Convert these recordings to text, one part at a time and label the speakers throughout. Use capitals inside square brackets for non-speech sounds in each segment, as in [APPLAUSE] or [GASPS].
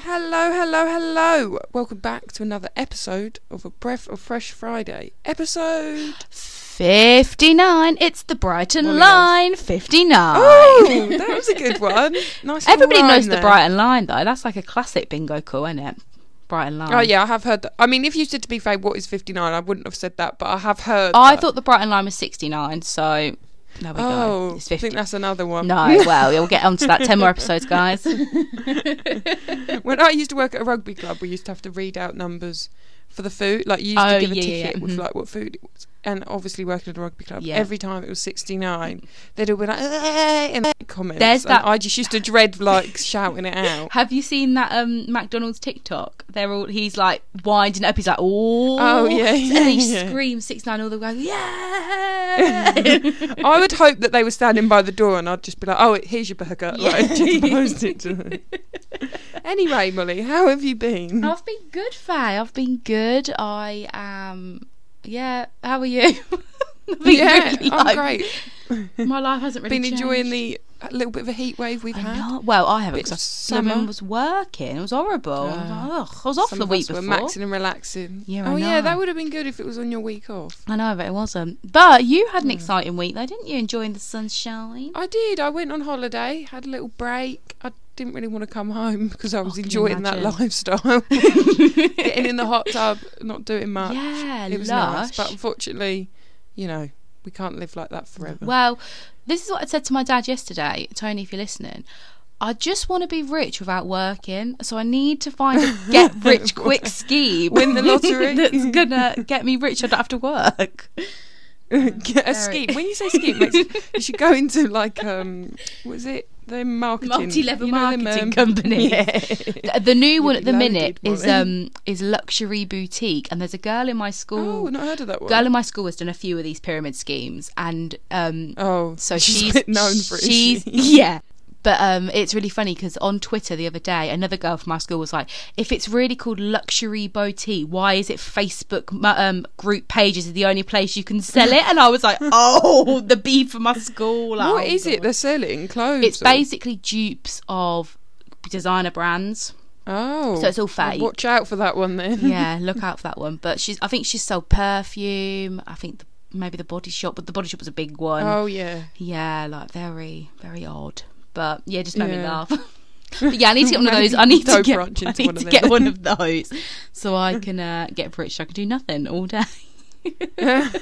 Speaker 1: Hello, hello, hello. Welcome back to another episode of A Breath of Fresh Friday. Episode.
Speaker 2: 59. It's the Brighton
Speaker 1: Morning,
Speaker 2: line. 59.
Speaker 1: Oh,
Speaker 2: [LAUGHS]
Speaker 1: that was a good one. Nice. little
Speaker 2: Everybody
Speaker 1: rhyme
Speaker 2: knows
Speaker 1: there.
Speaker 2: the Brighton line, though. That's like a classic bingo call, isn't it? Brighton line.
Speaker 1: Oh, yeah, I have heard that. I mean, if you said to be fair, what is 59, I wouldn't have said that, but I have heard.
Speaker 2: I
Speaker 1: that.
Speaker 2: thought the Brighton line was 69, so there we
Speaker 1: Oh,
Speaker 2: go. It's
Speaker 1: I think
Speaker 2: 50.
Speaker 1: that's another one.
Speaker 2: No,
Speaker 1: [LAUGHS]
Speaker 2: well, we'll get onto that. 10 more episodes, guys.
Speaker 1: [LAUGHS] when I used to work at a rugby club, we used to have to read out numbers for the food. Like you used
Speaker 2: Oh,
Speaker 1: to give a
Speaker 2: yeah, yeah,
Speaker 1: ticket
Speaker 2: yeah,
Speaker 1: with
Speaker 2: mhm.
Speaker 1: like what food it was. And obviously working at a rugby club,
Speaker 2: Yeah.
Speaker 1: every time it was sixty nine, they'd all be like "Eh," and comments.
Speaker 2: There's
Speaker 1: and
Speaker 2: that-
Speaker 1: I just used to dread like shouting it out.
Speaker 2: Have you seen that um, McDonald's TikTok? They're all he's like winding up. He's like, oh,
Speaker 1: Oh, yeah, yeah,
Speaker 2: and
Speaker 1: [LAUGHS]
Speaker 2: he
Speaker 1: yeah.
Speaker 2: screams six nine. All the way, yeah.
Speaker 1: [LAUGHS]
Speaker 2: [LAUGHS]
Speaker 1: I would hope that they were standing by the door and I'd just be like, Oh, here's your burger like
Speaker 2: [LAUGHS]
Speaker 1: just post it to them. Anyway, Molly, how have you been?
Speaker 2: I've been good, Faye. I've been good. I am. Yeah. How are you? [LAUGHS] I've been
Speaker 1: [LAUGHS] yeah,
Speaker 2: really
Speaker 1: I'm
Speaker 2: like-
Speaker 1: great.
Speaker 2: My life hasn't really
Speaker 1: Been enjoying
Speaker 2: changed.
Speaker 1: the a little bit of a heat wave we've
Speaker 2: I
Speaker 1: had.
Speaker 2: know. Well, I haven't
Speaker 1: Bit of
Speaker 2: because Simon
Speaker 1: summer.
Speaker 2: was working. It was horrible. I was
Speaker 1: Uh,
Speaker 2: like, Ugh, I was off
Speaker 1: Some
Speaker 2: the
Speaker 1: of us
Speaker 2: week
Speaker 1: were
Speaker 2: before.
Speaker 1: maxing and relaxing.
Speaker 2: Yeah,
Speaker 1: oh
Speaker 2: I
Speaker 1: yeah,
Speaker 2: know.
Speaker 1: that would have been good if it was on your week off.
Speaker 2: I know, but it wasn't. But you had an
Speaker 1: Hmm.
Speaker 2: exciting week, though, didn't you? Enjoying the sunshine.
Speaker 1: I did. I went on holiday, had a little break. I didn't really want to come home [LAUGHS] because I was
Speaker 2: Oh, can
Speaker 1: enjoying that
Speaker 2: imagine. [LAUGHS]
Speaker 1: lifestyle, [LAUGHS] getting in the hot tub, not doing much.
Speaker 2: Yeah,
Speaker 1: it was nice,
Speaker 2: lush.
Speaker 1: but unfortunately, you know, we can't live like that forever.
Speaker 2: Well, this is what I said to my dad yesterday, Tony. If you're listening, I just want to be rich without working, so I need to
Speaker 1: [LAUGHS]
Speaker 2: find a get rich quick scheme,
Speaker 1: Win the lottery.
Speaker 2: [LAUGHS] that's gonna get me rich. I don't have to work.
Speaker 1: [LAUGHS] Get a
Speaker 2: Very-
Speaker 1: scheme. When you say
Speaker 2: [LAUGHS]
Speaker 1: scheme, makes, you should go into like um, was it the marketing
Speaker 2: Multi-level
Speaker 1: you know, them,
Speaker 2: marketing
Speaker 1: um,
Speaker 2: company.
Speaker 1: Yeah.
Speaker 2: The new one
Speaker 1: be
Speaker 2: at the minute
Speaker 1: loaded,
Speaker 2: is
Speaker 1: Molly.
Speaker 2: um is luxury boutique, and there's a girl in my school.
Speaker 1: Oh, not heard of that one.
Speaker 2: girl in my school has done a few of these pyramid schemes, and um,
Speaker 1: oh,
Speaker 2: So
Speaker 1: she's,
Speaker 2: she's,
Speaker 1: a bit [LAUGHS] known for it. isn't
Speaker 2: she's
Speaker 1: she?
Speaker 2: [LAUGHS] yeah. But um, it's really funny because on Twitter the other day, another girl from my school was like, "If it's really called luxury boutique, why is it Facebook mu- um, group pages are the only place you can sell it?" And I
Speaker 1: [LAUGHS]
Speaker 2: was like, "Oh, the beef for my school!"
Speaker 1: What
Speaker 2: oh,
Speaker 1: is it
Speaker 2: God."
Speaker 1: they're selling? Clothes.
Speaker 2: It's
Speaker 1: or-
Speaker 2: basically dupes of designer
Speaker 1: [LAUGHS]
Speaker 2: brands.
Speaker 1: Oh,
Speaker 2: So it's all
Speaker 1: Well,
Speaker 2: fake.
Speaker 1: Watch out for that one then.
Speaker 2: Yeah, look out for that one. But she's, I think she's sold perfume. I think the, maybe the Body Shop, but the Body Shop was a big one.
Speaker 1: [LAUGHS] Oh yeah. [LAUGHS]
Speaker 2: Yeah, like very, very odd. But yeah, just made me
Speaker 1: Yeah.
Speaker 2: laugh. but yeah, I need to [LAUGHS] get one of those. I need to
Speaker 1: Don't
Speaker 2: get,
Speaker 1: branch
Speaker 2: I
Speaker 1: into
Speaker 2: need
Speaker 1: one of
Speaker 2: to get
Speaker 1: them.
Speaker 2: one of those so I can uh, get rich. I can do nothing all day. [LAUGHS]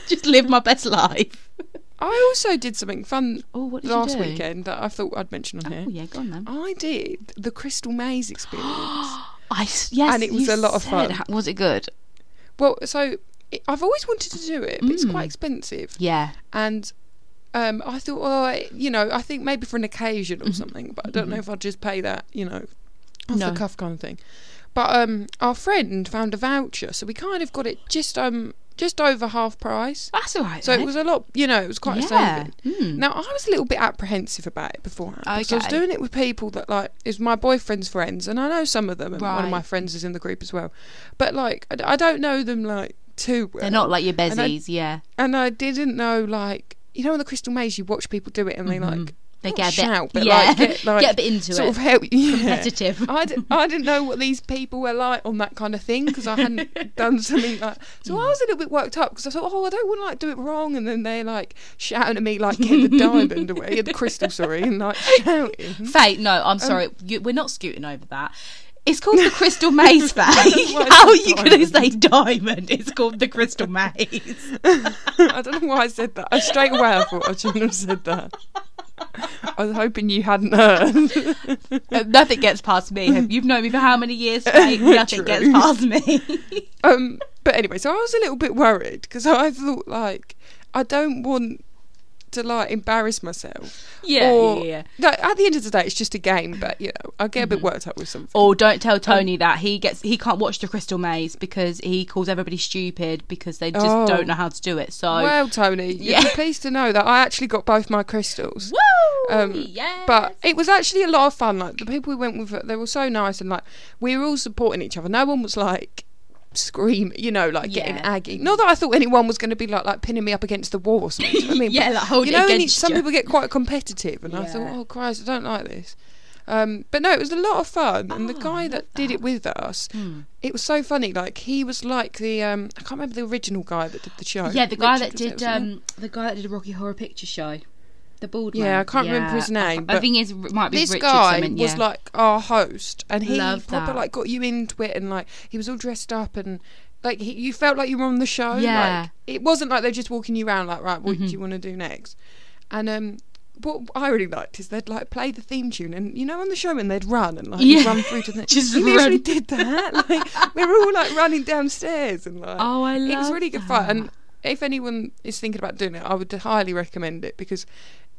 Speaker 2: just live my best life.
Speaker 1: I also did something fun
Speaker 2: Oh, what did you
Speaker 1: last
Speaker 2: do?
Speaker 1: weekend that I thought I'd mention on
Speaker 2: Oh
Speaker 1: here.
Speaker 2: yeah, go on then.
Speaker 1: I did the Crystal
Speaker 2: [GASPS]
Speaker 1: Maze experience.
Speaker 2: I s- yes,
Speaker 1: And it was
Speaker 2: you
Speaker 1: a lot of
Speaker 2: said.
Speaker 1: fun.
Speaker 2: Was it good?
Speaker 1: well, so it, I've always wanted to do it, but it's
Speaker 2: Hmm.
Speaker 1: quite expensive.
Speaker 2: Yeah,
Speaker 1: And um, I thought, well, I, you know, I think maybe for an occasion or something, but I don't know if I'd just pay that, you know, off
Speaker 2: Mm-hmm. No.
Speaker 1: the cuff kind of thing. But um, our friend found a voucher, so we kind of got it just um just over half price.
Speaker 2: that's all right.
Speaker 1: So it
Speaker 2: then.
Speaker 1: was a lot, you know, it was quite a
Speaker 2: yeah.
Speaker 1: saving.
Speaker 2: Mm.
Speaker 1: Now I was a little bit apprehensive about it beforehand. because I was
Speaker 2: Okay.
Speaker 1: doing it with people that like is my boyfriend's friends, and I know some of them, and one of
Speaker 2: Right.
Speaker 1: my friends is in the group as well. But like, I, I don't know them like too well,
Speaker 2: They're not like your
Speaker 1: And I-
Speaker 2: bezies. Yeah,
Speaker 1: and I didn't know like you know in the Crystal Maze you watch people do it and they like
Speaker 2: Mm-hmm. they
Speaker 1: not
Speaker 2: get a bit.
Speaker 1: shout, but
Speaker 2: yeah, [LAUGHS]
Speaker 1: like, get, like,
Speaker 2: a bit into
Speaker 1: sort
Speaker 2: it.
Speaker 1: of help [LAUGHS] yeah.
Speaker 2: Competitive.
Speaker 1: I, d- I didn't know what these people were like on that kind of thing because I
Speaker 2: [LAUGHS]
Speaker 1: hadn't done something like so I was a little bit worked up because I thought oh I don't want to like do it wrong and then they're like shouting at me like get the diamond away the crystal sorry and
Speaker 2: [LAUGHS]
Speaker 1: like shouting
Speaker 2: Mm. Faye, no,
Speaker 1: Um,
Speaker 2: I'm sorry. You, we're not scooting over that. It's called
Speaker 1: [LAUGHS]
Speaker 2: the Crystal Maze, Faye.
Speaker 1: don't know why I
Speaker 2: How are
Speaker 1: said
Speaker 2: you going to
Speaker 1: diamond.
Speaker 2: say diamond? It's called
Speaker 1: [LAUGHS]
Speaker 2: the Crystal Maze.
Speaker 1: I don't know why I said that I straight away I thought I shouldn't have said that I was hoping you hadn't heard [LAUGHS]
Speaker 2: Uh, nothing gets past me. Have- You've known me for how many years, Faye? Nothing
Speaker 1: True.
Speaker 2: gets past me. [LAUGHS]
Speaker 1: um but anyway so I was a little bit worried because I thought like I don't want to like embarrass myself
Speaker 2: yeah,
Speaker 1: or,
Speaker 2: yeah, yeah.
Speaker 1: No, at the end of the day, it's just a game, but you know, I get a bit worked up with something.
Speaker 2: Or don't
Speaker 1: Um,
Speaker 2: tell Tony that he gets he can't watch the Crystal Maze because he calls everybody stupid because they just
Speaker 1: Oh.
Speaker 2: don't know how to do it. So,
Speaker 1: well, Tony, you'd be
Speaker 2: Yeah.
Speaker 1: pleased to know that I actually got both my crystals.
Speaker 2: woo,
Speaker 1: Um,
Speaker 2: yes.
Speaker 1: But it was actually a lot of fun. Like the people we went with, they were so nice, and like we were all supporting each other. No one was like screaming, you know, like getting
Speaker 2: Yeah.
Speaker 1: aggy. Not that I thought anyone was going to be like like pinning me up against the wall or
Speaker 2: [LAUGHS]
Speaker 1: something. do you know what I mean,
Speaker 2: yeah,
Speaker 1: But
Speaker 2: like hold
Speaker 1: you
Speaker 2: it
Speaker 1: know, and
Speaker 2: against
Speaker 1: it- some
Speaker 2: you.
Speaker 1: people get quite competitive, and I thought,
Speaker 2: Yeah.
Speaker 1: oh Christ, I don't like this. Um, but no, it was a lot of fun. And the
Speaker 2: Oh, I
Speaker 1: guy
Speaker 2: love Hmm.
Speaker 1: that did it with us, it was so funny. Like he was like the um, I can't remember the original guy that did the show.
Speaker 2: Yeah, the guy
Speaker 1: Richard,
Speaker 2: that
Speaker 1: was it, was
Speaker 2: did
Speaker 1: it?
Speaker 2: um, the guy that did Rocky Horror Picture Show, the bald
Speaker 1: Yeah,
Speaker 2: man.
Speaker 1: I can't remember his
Speaker 2: I-
Speaker 1: name,
Speaker 2: I,
Speaker 1: but
Speaker 2: think it's it might be
Speaker 1: this
Speaker 2: Richard
Speaker 1: guy
Speaker 2: something,
Speaker 1: was
Speaker 2: yeah.
Speaker 1: like our host, and he
Speaker 2: Love
Speaker 1: proper
Speaker 2: that.
Speaker 1: like got you into it, and like he was all dressed up, and like he, you felt like you were on the show.
Speaker 2: Yeah.
Speaker 1: like, it wasn't like they're just walking you around like, right, what
Speaker 2: Mm-hmm.
Speaker 1: do you want to do next? And um, what I really liked is they'd like play the theme tune, and you know, on the show, and they'd run and like
Speaker 2: Yeah.
Speaker 1: run through to the.
Speaker 2: [LAUGHS] Just
Speaker 1: he literally
Speaker 2: run.
Speaker 1: did that. [LAUGHS] Like we were all like running downstairs and like.
Speaker 2: Oh, I
Speaker 1: It was
Speaker 2: love
Speaker 1: really good fun.
Speaker 2: that.
Speaker 1: And if anyone is thinking about doing it, I would highly recommend it because,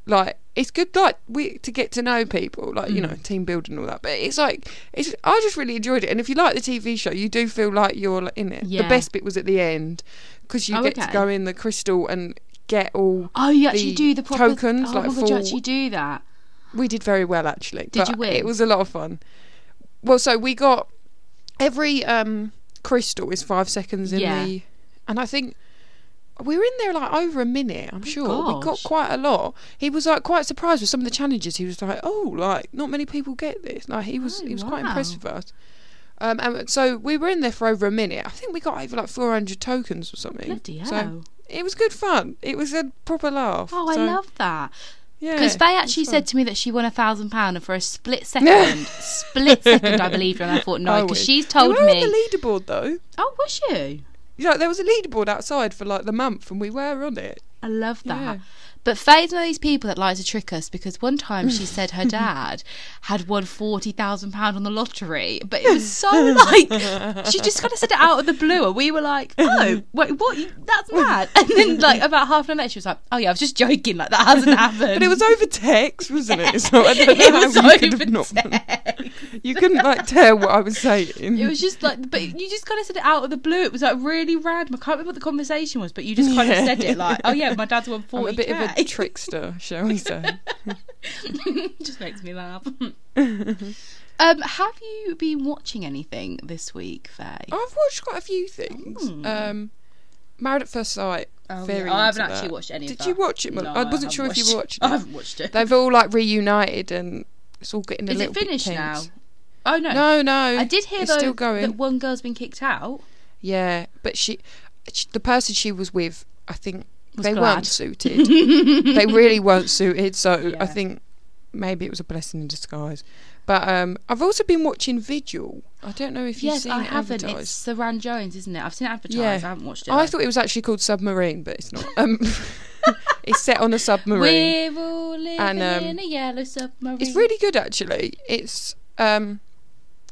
Speaker 1: like, it's good like we to get to know people, like you
Speaker 2: Mm.
Speaker 1: know, team building and all that. But it's like it's. I just really enjoyed it. And if you like the TV show, you do feel like you're like, in it. The
Speaker 2: Yeah.
Speaker 1: best bit was at the end because you
Speaker 2: Oh,
Speaker 1: get to
Speaker 2: okay.
Speaker 1: go in the crystal and get all.
Speaker 2: Oh, you actually
Speaker 1: the
Speaker 2: do the proper
Speaker 1: tokens,
Speaker 2: Oh
Speaker 1: like,
Speaker 2: my god,
Speaker 1: for-
Speaker 2: you actually do that.
Speaker 1: We did very well actually.
Speaker 2: Did
Speaker 1: but
Speaker 2: you win?
Speaker 1: It was a lot of fun. Well, so we got every um crystal is five seconds in
Speaker 2: Yeah.
Speaker 1: the, and I think we were in there like over a minute. I'm sure we got
Speaker 2: gosh.
Speaker 1: quite a lot. He was like quite surprised with some of the challenges. He was like, "Oh, like not many people get this." Like he was,
Speaker 2: Oh,
Speaker 1: he was quite impressed
Speaker 2: wow.
Speaker 1: with us. Um, and so we were in there for over a minute. I think we got over like 400 tokens or something.
Speaker 2: Bloody
Speaker 1: So
Speaker 2: hell!
Speaker 1: it was good fun. It was a proper laugh.
Speaker 2: oh, I
Speaker 1: So,
Speaker 2: love that.
Speaker 1: yeah,
Speaker 2: Because
Speaker 1: it
Speaker 2: Faye
Speaker 1: was
Speaker 2: actually
Speaker 1: fun.
Speaker 2: said to me that she won a thousand pound, and for
Speaker 1: [LAUGHS]
Speaker 2: a split second, split second, I believed her, and I thought no,
Speaker 1: I
Speaker 2: because
Speaker 1: wish.
Speaker 2: she's
Speaker 1: They
Speaker 2: told
Speaker 1: were
Speaker 2: me.
Speaker 1: on the leaderboard though.
Speaker 2: oh, was you?
Speaker 1: you know, there was a leaderboard outside for like the month, and we were on
Speaker 2: [LAUGHS]
Speaker 1: it.
Speaker 2: I love that.
Speaker 1: Yeah.
Speaker 2: But Faye's one of these people that likes to trick us because one time she said
Speaker 1: [LAUGHS]
Speaker 2: her dad had won forty thousand pound on the lottery, but it was so Oh, like she just kind of said it out of the blue, and we were like, "Oh, wait, what? You- That's mad!" And then like about half an hour later, she was like, "Oh yeah, I was just joking. Like that hasn't happened."
Speaker 1: [LAUGHS] But it was over text, wasn't it? So I don't know
Speaker 2: [LAUGHS] it
Speaker 1: how
Speaker 2: was
Speaker 1: you could have
Speaker 2: over
Speaker 1: not-
Speaker 2: text. [LAUGHS]
Speaker 1: [LAUGHS] You couldn't like tell what I was saying.
Speaker 2: It was just like, but you just kind of said it out of the blue. It was like really random. I can't remember what the conversation was, but you just kind
Speaker 1: Yeah.
Speaker 2: of said it like, "Oh yeah, my dad's won
Speaker 1: I'm a
Speaker 2: forty
Speaker 1: bit of
Speaker 2: [LAUGHS]
Speaker 1: a trickster, shall we say?
Speaker 2: just makes
Speaker 1: [LAUGHS]
Speaker 2: me laugh. um, have you been watching anything this week, Faye?
Speaker 1: I've watched quite a few things.
Speaker 2: Hmm.
Speaker 1: Um, Married at First Sight. very
Speaker 2: Oh, I haven't
Speaker 1: into
Speaker 2: actually
Speaker 1: that.
Speaker 2: watched any of
Speaker 1: Did
Speaker 2: that.
Speaker 1: you watch it? Mo-
Speaker 2: No,
Speaker 1: I wasn't
Speaker 2: haven't
Speaker 1: sure if you watched
Speaker 2: watched- [LAUGHS] I
Speaker 1: it.
Speaker 2: haven't watched it.
Speaker 1: They've all like reunited, and it's all getting a
Speaker 2: Is
Speaker 1: little
Speaker 2: it finished
Speaker 1: bit
Speaker 2: now?
Speaker 1: tense.
Speaker 2: Oh no.
Speaker 1: No, no.
Speaker 2: I did hear
Speaker 1: it's
Speaker 2: though
Speaker 1: still going.
Speaker 2: that one girl's been kicked out.
Speaker 1: Yeah, but she, sh the person she was with, I think [LAUGHS]
Speaker 2: Was
Speaker 1: they
Speaker 2: glad.
Speaker 1: weren't suited. they
Speaker 2: [LAUGHS]
Speaker 1: really weren't suited. So I
Speaker 2: Yeah.
Speaker 1: think maybe it was a blessing in disguise. But um, I've also been watching Vigil. I don't know if you've
Speaker 2: [LAUGHS] yes,
Speaker 1: seen
Speaker 2: I
Speaker 1: it
Speaker 2: haven't. It's
Speaker 1: advertised.
Speaker 2: Saran Jones, isn't it? I've seen it advertised.
Speaker 1: Yeah.
Speaker 2: I haven't watched it.
Speaker 1: I
Speaker 2: though.
Speaker 1: thought it was actually called Submarine, but it's not.
Speaker 2: [LAUGHS]
Speaker 1: Um, [LAUGHS] it's set on a submarine.
Speaker 2: We're all living
Speaker 1: And, um,
Speaker 2: in a yellow submarine.
Speaker 1: It's really good, actually. It's um,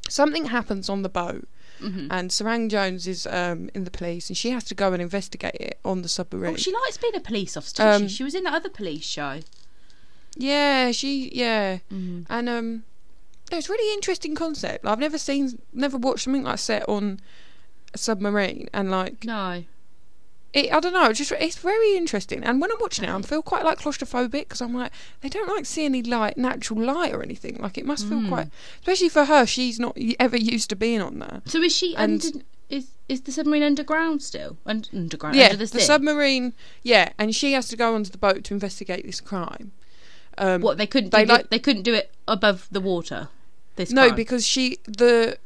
Speaker 1: something happens on the boat,
Speaker 2: Mhm.
Speaker 1: and Sarang Jones is um, in the police, and she has to go and investigate it on the submarine.
Speaker 2: Oh, she likes being a police officer. too.
Speaker 1: Um,
Speaker 2: she, she was in that other police show.
Speaker 1: Yeah, she yeah,
Speaker 2: Mhm.
Speaker 1: and um, no, it's a really interesting concept. I've never seen, never watched something like set on a submarine, and like
Speaker 2: No.
Speaker 1: it, I don't know, it's just it's very interesting. And when I'm watching it, I feel quite like claustrophobic because I'm like they don't like see any light, natural light or anything. Like it must feel
Speaker 2: Mm.
Speaker 1: quite, especially for her. She's not y- ever used to being on there.
Speaker 2: So is she
Speaker 1: And-
Speaker 2: under, is is the submarine underground still? Und, underground
Speaker 1: yeah,
Speaker 2: under the sea.
Speaker 1: submarine. Yeah, and she has to go onto the boat to investigate this crime. Um,
Speaker 2: what they couldn't
Speaker 1: they
Speaker 2: do,
Speaker 1: like-
Speaker 2: they couldn't do it above the water. This
Speaker 1: No,
Speaker 2: crime.
Speaker 1: because she the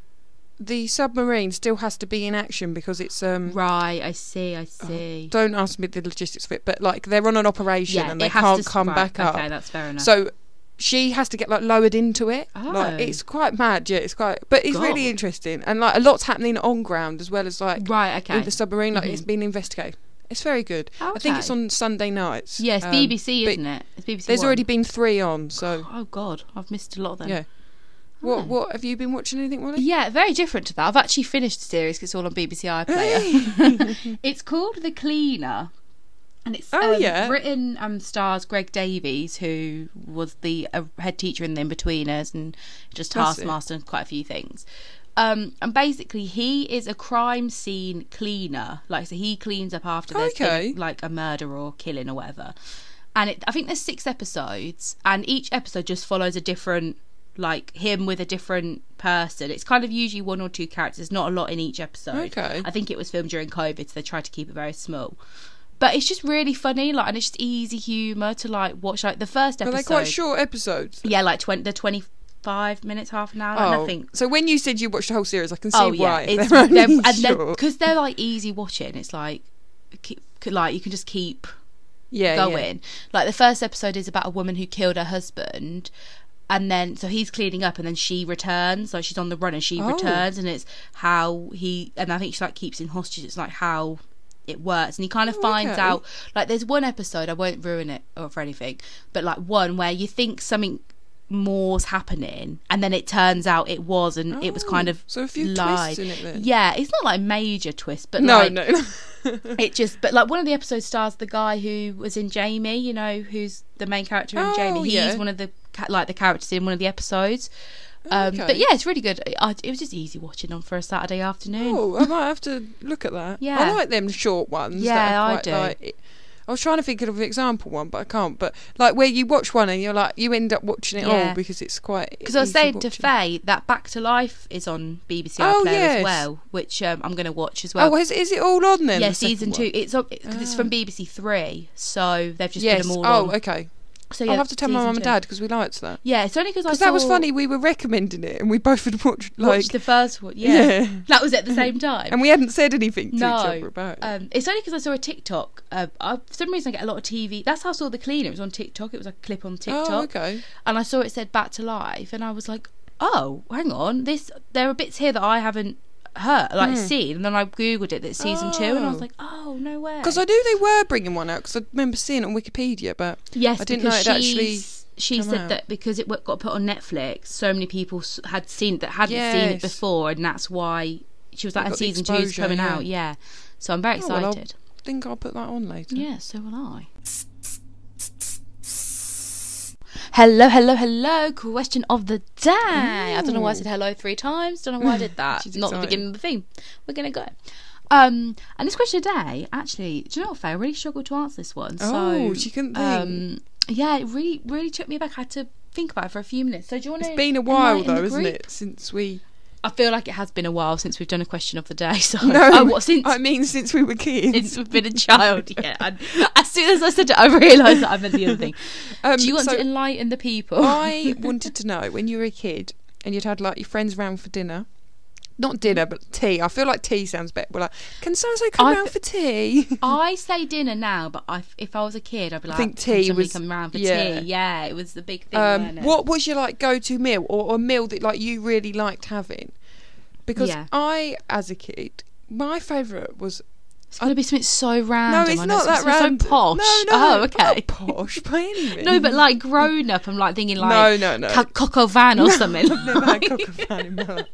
Speaker 1: the submarine still has to be in action because it's um.
Speaker 2: right. I see. I see.
Speaker 1: Oh, Don't ask me the logistics of it, but like they're on an operation
Speaker 2: yeah,
Speaker 1: and they
Speaker 2: it has
Speaker 1: can't
Speaker 2: to,
Speaker 1: come
Speaker 2: right,
Speaker 1: back up.
Speaker 2: Okay, that's fair enough.
Speaker 1: So she has to get like lowered into it.
Speaker 2: Oh.
Speaker 1: Like it's quite mad, yeah. It's quite, but it's really
Speaker 2: God.
Speaker 1: interesting and like a lot's happening on ground as well as like
Speaker 2: right. Okay.
Speaker 1: with the submarine. Like it's
Speaker 2: Mhm.
Speaker 1: being investigated. It's very good. I think it's
Speaker 2: Okay.
Speaker 1: on Sunday nights.
Speaker 2: Yes,
Speaker 1: Um,
Speaker 2: BBC,
Speaker 1: but
Speaker 2: isn't it? It's BBC.
Speaker 1: There's
Speaker 2: One.
Speaker 1: already been three on, so
Speaker 2: Oh God, I've missed a lot then.
Speaker 1: yeah. What
Speaker 2: Oh.
Speaker 1: what have you been watching anything, Wally?
Speaker 2: Yeah, very different to that. I've actually finished the series 'cause it's all on BBC iPlayer. [LAUGHS] it's called The Cleaner. And it's
Speaker 1: Oh,
Speaker 2: um,
Speaker 1: yeah.
Speaker 2: written um, stars Greg Davies, who was the uh, head teacher in The Inbetweeners and just
Speaker 1: That's it.
Speaker 2: Taskmaster and quite a few things. Um, and basically, he is a crime scene cleaner. Like, so he cleans up after there's been,
Speaker 1: Okay.
Speaker 2: like a murder or killing or whatever. And it, I think there's six episodes, and each episode just follows a different, like him with a different person. It's kind of usually one or two characters, not a lot in each episode.
Speaker 1: Okay.
Speaker 2: I think it was filmed during COVID, so they tried to keep it very small. But it's just really funny, like, and it's just easy humor to like watch. Like the first
Speaker 1: Are
Speaker 2: episode,
Speaker 1: they quite short episodes? Oh.
Speaker 2: yeah, like twenty, the twenty five minutes, half an hour, like nothing.
Speaker 1: So when you said you watched the whole series, I can see
Speaker 2: Oh yeah,
Speaker 1: why. [LAUGHS]
Speaker 2: it's
Speaker 1: they're only
Speaker 2: because they're,
Speaker 1: short.
Speaker 2: 'cause they're, like easy watching. It's like keep, like you can just keep
Speaker 1: yeah, yeah.
Speaker 2: going. Like the first episode is about a woman who killed her husband, and then so he's cleaning up, and then she returns. So she's on the run, and she
Speaker 1: Oh.
Speaker 2: returns, and it's how he and I think she like keeps in hostage. It's like how it works, and he kind of
Speaker 1: Oh,
Speaker 2: finds
Speaker 1: okay.
Speaker 2: out. Like there's one episode I won't ruin it or for anything, but like one where you think something more's happening, and then it turns out it was, and it was kind
Speaker 1: Oh,
Speaker 2: of
Speaker 1: so a few
Speaker 2: lied.
Speaker 1: twists in it then.
Speaker 2: Yeah, it's not like major twist, but
Speaker 1: No,
Speaker 2: like,
Speaker 1: no, [LAUGHS] no.
Speaker 2: it just but like one of the episodes stars the guy who was in Jamie, you know, who's the main character in
Speaker 1: Oh,
Speaker 2: Jamie. He's
Speaker 1: yeah.
Speaker 2: one of the ca- like the characters in one of the episodes. Um,
Speaker 1: Okay.
Speaker 2: But yeah, it's really good. I, it was just easy watching on for a Saturday afternoon.
Speaker 1: Oh, I might have to look at that. I
Speaker 2: Yeah.
Speaker 1: like them short ones.
Speaker 2: Yeah, I
Speaker 1: that are quite,
Speaker 2: do.
Speaker 1: Like, I was trying to think of an example one, but I can't. But like where you watch one and you're like, you end up watching it all
Speaker 2: Yeah.
Speaker 1: because it's quite.
Speaker 2: Because I was
Speaker 1: easy
Speaker 2: saying to
Speaker 1: watching.
Speaker 2: Faye that Back to Life is on BBC
Speaker 1: Oh,
Speaker 2: iPlayer
Speaker 1: yes.
Speaker 2: as well, which um, I'm going to watch as well.
Speaker 1: Oh, is, is it all on then?
Speaker 2: yeah,
Speaker 1: the second
Speaker 2: season
Speaker 1: one? Ah.
Speaker 2: two. It's on because it's from BBC Three, so they've just
Speaker 1: yes.
Speaker 2: put them all
Speaker 1: oh,
Speaker 2: on.
Speaker 1: okay.
Speaker 2: So
Speaker 1: I'll have to tell my
Speaker 2: season
Speaker 1: mum and
Speaker 2: two.
Speaker 1: dad because we liked that.
Speaker 2: Yeah, it's only because I
Speaker 1: Because that was
Speaker 2: saw-
Speaker 1: funny. We were recommending it and we [LAUGHS] both had watched like,
Speaker 2: watched the first one.
Speaker 1: Yeah.
Speaker 2: yeah, that was at the same time.
Speaker 1: [LAUGHS] and we hadn't said anything to
Speaker 2: no,
Speaker 1: each other about it.
Speaker 2: Um, it's only because I saw a TikTok. Uh, I, for some reason, I get a lot of TV. That's how I saw the cleaner. It was on TikTok. It was like a clip on TikTok,
Speaker 1: Oh, okay.
Speaker 2: and I saw it said "Back to Life," and I was like, "Oh, hang on, this." There are bits here that I haven't heard, like seen, and then I googled it. That it's season two, and I
Speaker 1: Hmm. Oh.
Speaker 2: was like, "Oh, no way."
Speaker 1: Because I knew they were bringing one out because I remember seeing it on Wikipedia, but
Speaker 2: yes,
Speaker 1: I didn't know
Speaker 2: because
Speaker 1: it actually.
Speaker 2: she's- She
Speaker 1: come
Speaker 2: said
Speaker 1: out.
Speaker 2: that because it w- got put on Netflix, so many people s- had seen it that hadn't seen
Speaker 1: Yes.
Speaker 2: it before, and that's why she was
Speaker 1: They
Speaker 2: like, "And
Speaker 1: got the
Speaker 2: season two is
Speaker 1: exposure,
Speaker 2: coming
Speaker 1: yeah.
Speaker 2: out." Yeah, so I'm very
Speaker 1: Oh, well, I'll-
Speaker 2: excited.
Speaker 1: think I'll put that on later.
Speaker 2: Yeah, so will I. Hello, hello, hello. Question of the day. I don't know why I said hello three times. Don't know why I did that.
Speaker 1: Mm. [LAUGHS] She's
Speaker 2: Not at the
Speaker 1: excited.
Speaker 2: beginning of the theme. We're going to go. Um, and this question today, actually, do you know what, Faye? I really struggled to answer this one.
Speaker 1: Oh,
Speaker 2: so,
Speaker 1: she couldn't think.
Speaker 2: Um, yeah, it really, really took me back. I had to think about it for a few minutes. So, do you want to?
Speaker 1: It's been a while though, isn't it, since
Speaker 2: [LAUGHS]
Speaker 1: we?
Speaker 2: I feel like it has been a while since we've done a question of the day. [LAUGHS] So,
Speaker 1: [LAUGHS]
Speaker 2: oh, what since?
Speaker 1: I mean, since we were kids.
Speaker 2: [LAUGHS] since we've been a child, yeah.
Speaker 1: [LAUGHS]
Speaker 2: And as soon as I said it, I realised that I meant the other thing.
Speaker 1: Um,
Speaker 2: Do you want
Speaker 1: so
Speaker 2: to enlighten the
Speaker 1: [LAUGHS]
Speaker 2: people? [LAUGHS]
Speaker 1: I wanted to know when you were a kid and you'd had like your friends round for dinner. Not dinner, but tea. I feel like tea sounds better. We're like, can so and so come
Speaker 2: I
Speaker 1: round for tea?
Speaker 2: I say dinner now, but I, if I was a kid, I'd be like,
Speaker 1: think
Speaker 2: "Can
Speaker 1: tea
Speaker 2: somebody
Speaker 1: was-
Speaker 2: come round for
Speaker 1: yeah.
Speaker 2: tea. Yeah, it was the big thing.
Speaker 1: Um,
Speaker 2: wasn't it?
Speaker 1: what was your like go-to meal or a meal that like you really liked having? Because
Speaker 2: Yeah.
Speaker 1: I, as a kid, my favourite was
Speaker 2: It's gonna be something so random.
Speaker 1: no, it's
Speaker 2: I know
Speaker 1: not that
Speaker 2: something
Speaker 1: random.
Speaker 2: So posh.
Speaker 1: No, no,
Speaker 2: oh,
Speaker 1: I'm not
Speaker 2: okay.
Speaker 1: posh by any means.
Speaker 2: No, but like grown up, I'm like thinking like
Speaker 1: no, no, no.
Speaker 2: ca- coco van or
Speaker 1: [LAUGHS]
Speaker 2: something.
Speaker 1: I've never had cock and fan in my life.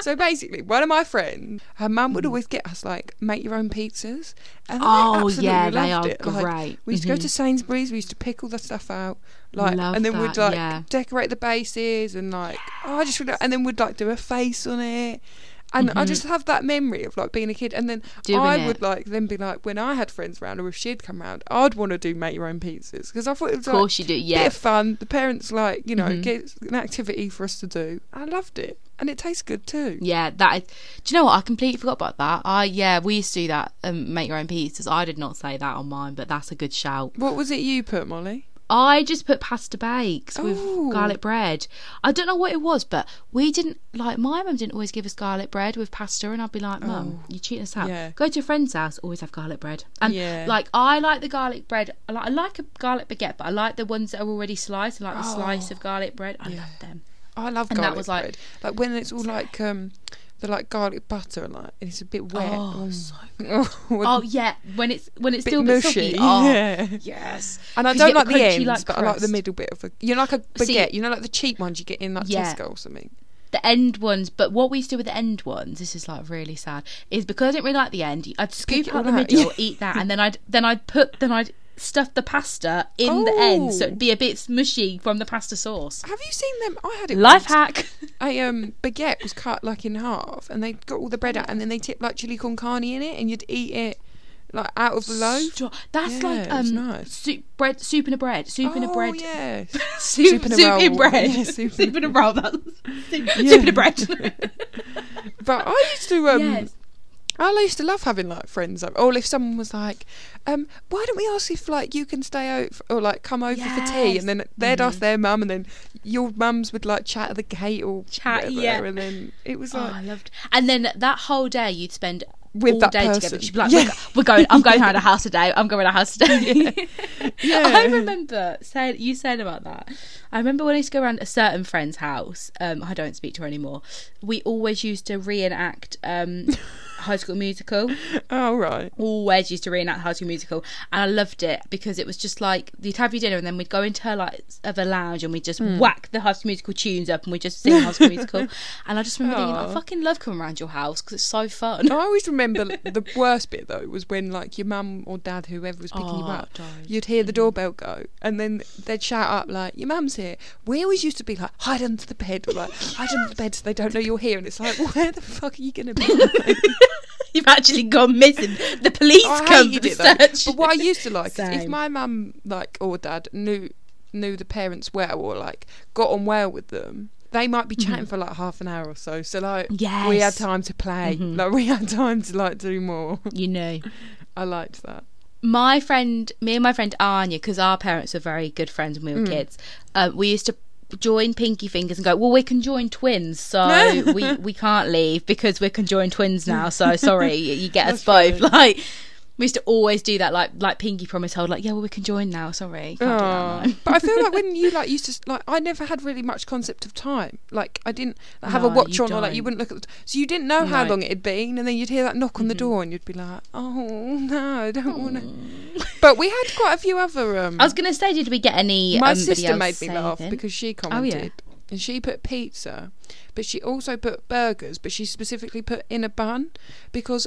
Speaker 1: So basically, one of my friends, her mum would always get us like make your own pizzas, and I
Speaker 2: Mm. Oh,
Speaker 1: absolutely
Speaker 2: yeah, they
Speaker 1: loved
Speaker 2: are
Speaker 1: it. Like,
Speaker 2: great.
Speaker 1: we used to go
Speaker 2: Mhm.
Speaker 1: to Sainsbury's, we used to pick all the stuff out, like,
Speaker 2: Love
Speaker 1: and then we'd
Speaker 2: that,
Speaker 1: like
Speaker 2: yeah.
Speaker 1: decorate the bases and like, oh, I just really, and then we'd like do a face on it. And I just have that memory of like being a kid, and then
Speaker 2: Mm-hmm. Doing
Speaker 1: I
Speaker 2: it.
Speaker 1: would like then be like when I had friends round, or if she'd come round, I'd want to do make your own pizzas because I thought it was
Speaker 2: Of
Speaker 1: like
Speaker 2: course you do.
Speaker 1: bit
Speaker 2: Yeah, Mm-hmm.
Speaker 1: of fun. The parents like you know get an activity for us to do. I loved it, and it tastes good too.
Speaker 2: Yeah, that is. Do you know what? I completely forgot about that. I yeah, we used to do that. Um, make your own pizzas. I did not say that on mine, but that's a good shout.
Speaker 1: What was it you put, Molly?
Speaker 2: I just put pasta bakes with
Speaker 1: Ooh.
Speaker 2: garlic bread. I don't know what it was, but we didn't like my mum didn't always give us garlic bread with pasta, and I'd be like, "Mum, you're cheating us out.
Speaker 1: Oh. Yeah.
Speaker 2: Go to a friend's house, always have garlic bread." And
Speaker 1: Yeah.
Speaker 2: like I like the garlic bread. I like, I like a garlic baguette, but I like the ones that are already sliced. I like
Speaker 1: Oh.
Speaker 2: the slice of garlic bread. I love them.
Speaker 1: I love
Speaker 2: And that
Speaker 1: garlic
Speaker 2: was, like-
Speaker 1: bread. Like when it's all like um, the like garlic butter and like and it's a bit wet. [LAUGHS]
Speaker 2: Oh,
Speaker 1: so good.
Speaker 2: Oh yeah, when it's when it's
Speaker 1: bit
Speaker 2: still a bit
Speaker 1: mushy.
Speaker 2: soggy.
Speaker 1: [LAUGHS]
Speaker 2: Oh,
Speaker 1: Yeah.
Speaker 2: Yes.
Speaker 1: And I
Speaker 2: 'Cause
Speaker 1: don't
Speaker 2: you
Speaker 1: like
Speaker 2: get
Speaker 1: the,
Speaker 2: crunchy,
Speaker 1: ends,
Speaker 2: like,
Speaker 1: but I like the
Speaker 2: crust.
Speaker 1: middle bit of a. You know, like a
Speaker 2: See-
Speaker 1: baguette. you know, like the cheap ones you get in like
Speaker 2: Yeah.
Speaker 1: Tesco or something.
Speaker 2: The end ones, but what we used to do with the end ones, this is like really sad, is because I didn't really like the end. I'd
Speaker 1: Pick it
Speaker 2: scoop out
Speaker 1: all
Speaker 2: the
Speaker 1: out.
Speaker 2: middle,
Speaker 1: [LAUGHS]
Speaker 2: eat that, and then I'd then I'd put then I'd stuff the pasta in the end, so
Speaker 1: Oh.
Speaker 2: it'd be a bit mushy from the pasta sauce.
Speaker 1: Have you seen them? I had it.
Speaker 2: Life
Speaker 1: once.
Speaker 2: hack.
Speaker 1: a um baguette
Speaker 2: [LAUGHS]
Speaker 1: was cut like in half, and they got all the bread out, and then they tipped like chili con carne in it, and you'd eat it like out of the loaf.
Speaker 2: Stro- That's
Speaker 1: Yeah,
Speaker 2: like
Speaker 1: it was
Speaker 2: um
Speaker 1: nice.
Speaker 2: soup bread soup in a bread. Soup in a
Speaker 1: Oh,
Speaker 2: bread. [LAUGHS]
Speaker 1: yes.
Speaker 2: Soup,
Speaker 1: [LAUGHS] Soup in a roll.
Speaker 2: bread. [LAUGHS]
Speaker 1: Yeah, soup
Speaker 2: soup,
Speaker 1: in- [LAUGHS]
Speaker 2: in a [LAUGHS] roll. That's soup, soup in a bread.
Speaker 1: But I used to um
Speaker 2: Yes.
Speaker 1: I used to love having like friends, over. or if someone was like, um, "Why don't we ask if like you can stay over or like come over for tea?"
Speaker 2: Yes. Mm-hmm.
Speaker 1: and then they'd ask their mum, and then your mums would like chat at the gate or
Speaker 2: Chat,
Speaker 1: whatever,
Speaker 2: yeah.
Speaker 1: and then it was
Speaker 2: Oh,
Speaker 1: like.
Speaker 2: I loved. And then that whole day you'd spend
Speaker 1: With
Speaker 2: all
Speaker 1: that
Speaker 2: day
Speaker 1: person.
Speaker 2: together. She'd be like,
Speaker 1: Yeah. [LAUGHS]
Speaker 2: we're, go- we're going. I'm going around a house today. I'm going around a house today.
Speaker 1: Yeah.
Speaker 2: [LAUGHS] I remember saying you saying about that. I remember when I used to go around a certain friend's house. Um, I don't speak to her anymore. We always used to reenact um, High School Musical
Speaker 1: Oh right.
Speaker 2: always used to reenact High School Musical, and I loved it because it was just like you'd have your dinner, and then we'd go into her like of a lounge, and we'd just
Speaker 1: Hmm.
Speaker 2: whack the High School Musical tunes up, and we'd just sing High
Speaker 1: [LAUGHS]
Speaker 2: School Musical. And I just remember thinking, I
Speaker 1: Aw.
Speaker 2: fucking love coming around your house because it's so
Speaker 1: [LAUGHS]
Speaker 2: fun. [LAUGHS]
Speaker 1: I always remember the worst bit though was when like your mum or dad, whoever was picking you
Speaker 2: Oh,
Speaker 1: up,
Speaker 2: don't.
Speaker 1: you'd hear the doorbell go, and then they'd shout up like, "Your mum's here." We always used to be like, "Hide under the bed," or, like "Hide under the bed," so they don't know you're here. And it's like, where the fuck are you gonna
Speaker 2: [LAUGHS]
Speaker 1: be?
Speaker 2: You've actually gone missing. The police
Speaker 1: Oh, I
Speaker 2: come
Speaker 1: hated
Speaker 2: to
Speaker 1: it though.
Speaker 2: search.
Speaker 1: But what I used to like is if
Speaker 2: Same.
Speaker 1: my mum like or dad knew knew the parents well or like got on well with them. They might be chatting for like half an hour or so, so like we had
Speaker 2: Mm-hmm. Yes. Mm-hmm.
Speaker 1: time to play, like we had time to like do more. [LAUGHS]
Speaker 2: you know.
Speaker 1: I liked that.
Speaker 2: my friend, me and my friend Anya, because our parents were very good friends when we
Speaker 1: Mm.
Speaker 2: were kids, uh, we used to join pinky fingers and go, well, we can join twins,
Speaker 1: [LAUGHS]
Speaker 2: so we, we can't leave because we're conjoined twins now. So sorry, you, you get us both. [LAUGHS] Like we used to always do that, like like pinky promise hold, like yeah, well, we can join now. Sorry, can't do that now.
Speaker 1: Oh. but I feel like when you
Speaker 2: [LAUGHS]
Speaker 1: like used to like I never had really much concept of time. Like I didn't like, have a
Speaker 2: No,
Speaker 1: watch
Speaker 2: you
Speaker 1: on or like you
Speaker 2: don't.
Speaker 1: wouldn't look at the t- so you didn't know how
Speaker 2: No. Mm-hmm.
Speaker 1: long it had been, and then you'd hear that knock on the door and you'd be like, oh [LAUGHS] no, I don't want to. But we had quite a few other. Um,
Speaker 2: I was gonna say, did we get any?
Speaker 1: my
Speaker 2: um,
Speaker 1: sister
Speaker 2: videos
Speaker 1: made me laugh
Speaker 2: saving?
Speaker 1: because she
Speaker 2: yeah.
Speaker 1: commented. And she put pizza, but she also put burgers, but she specifically put in a bun because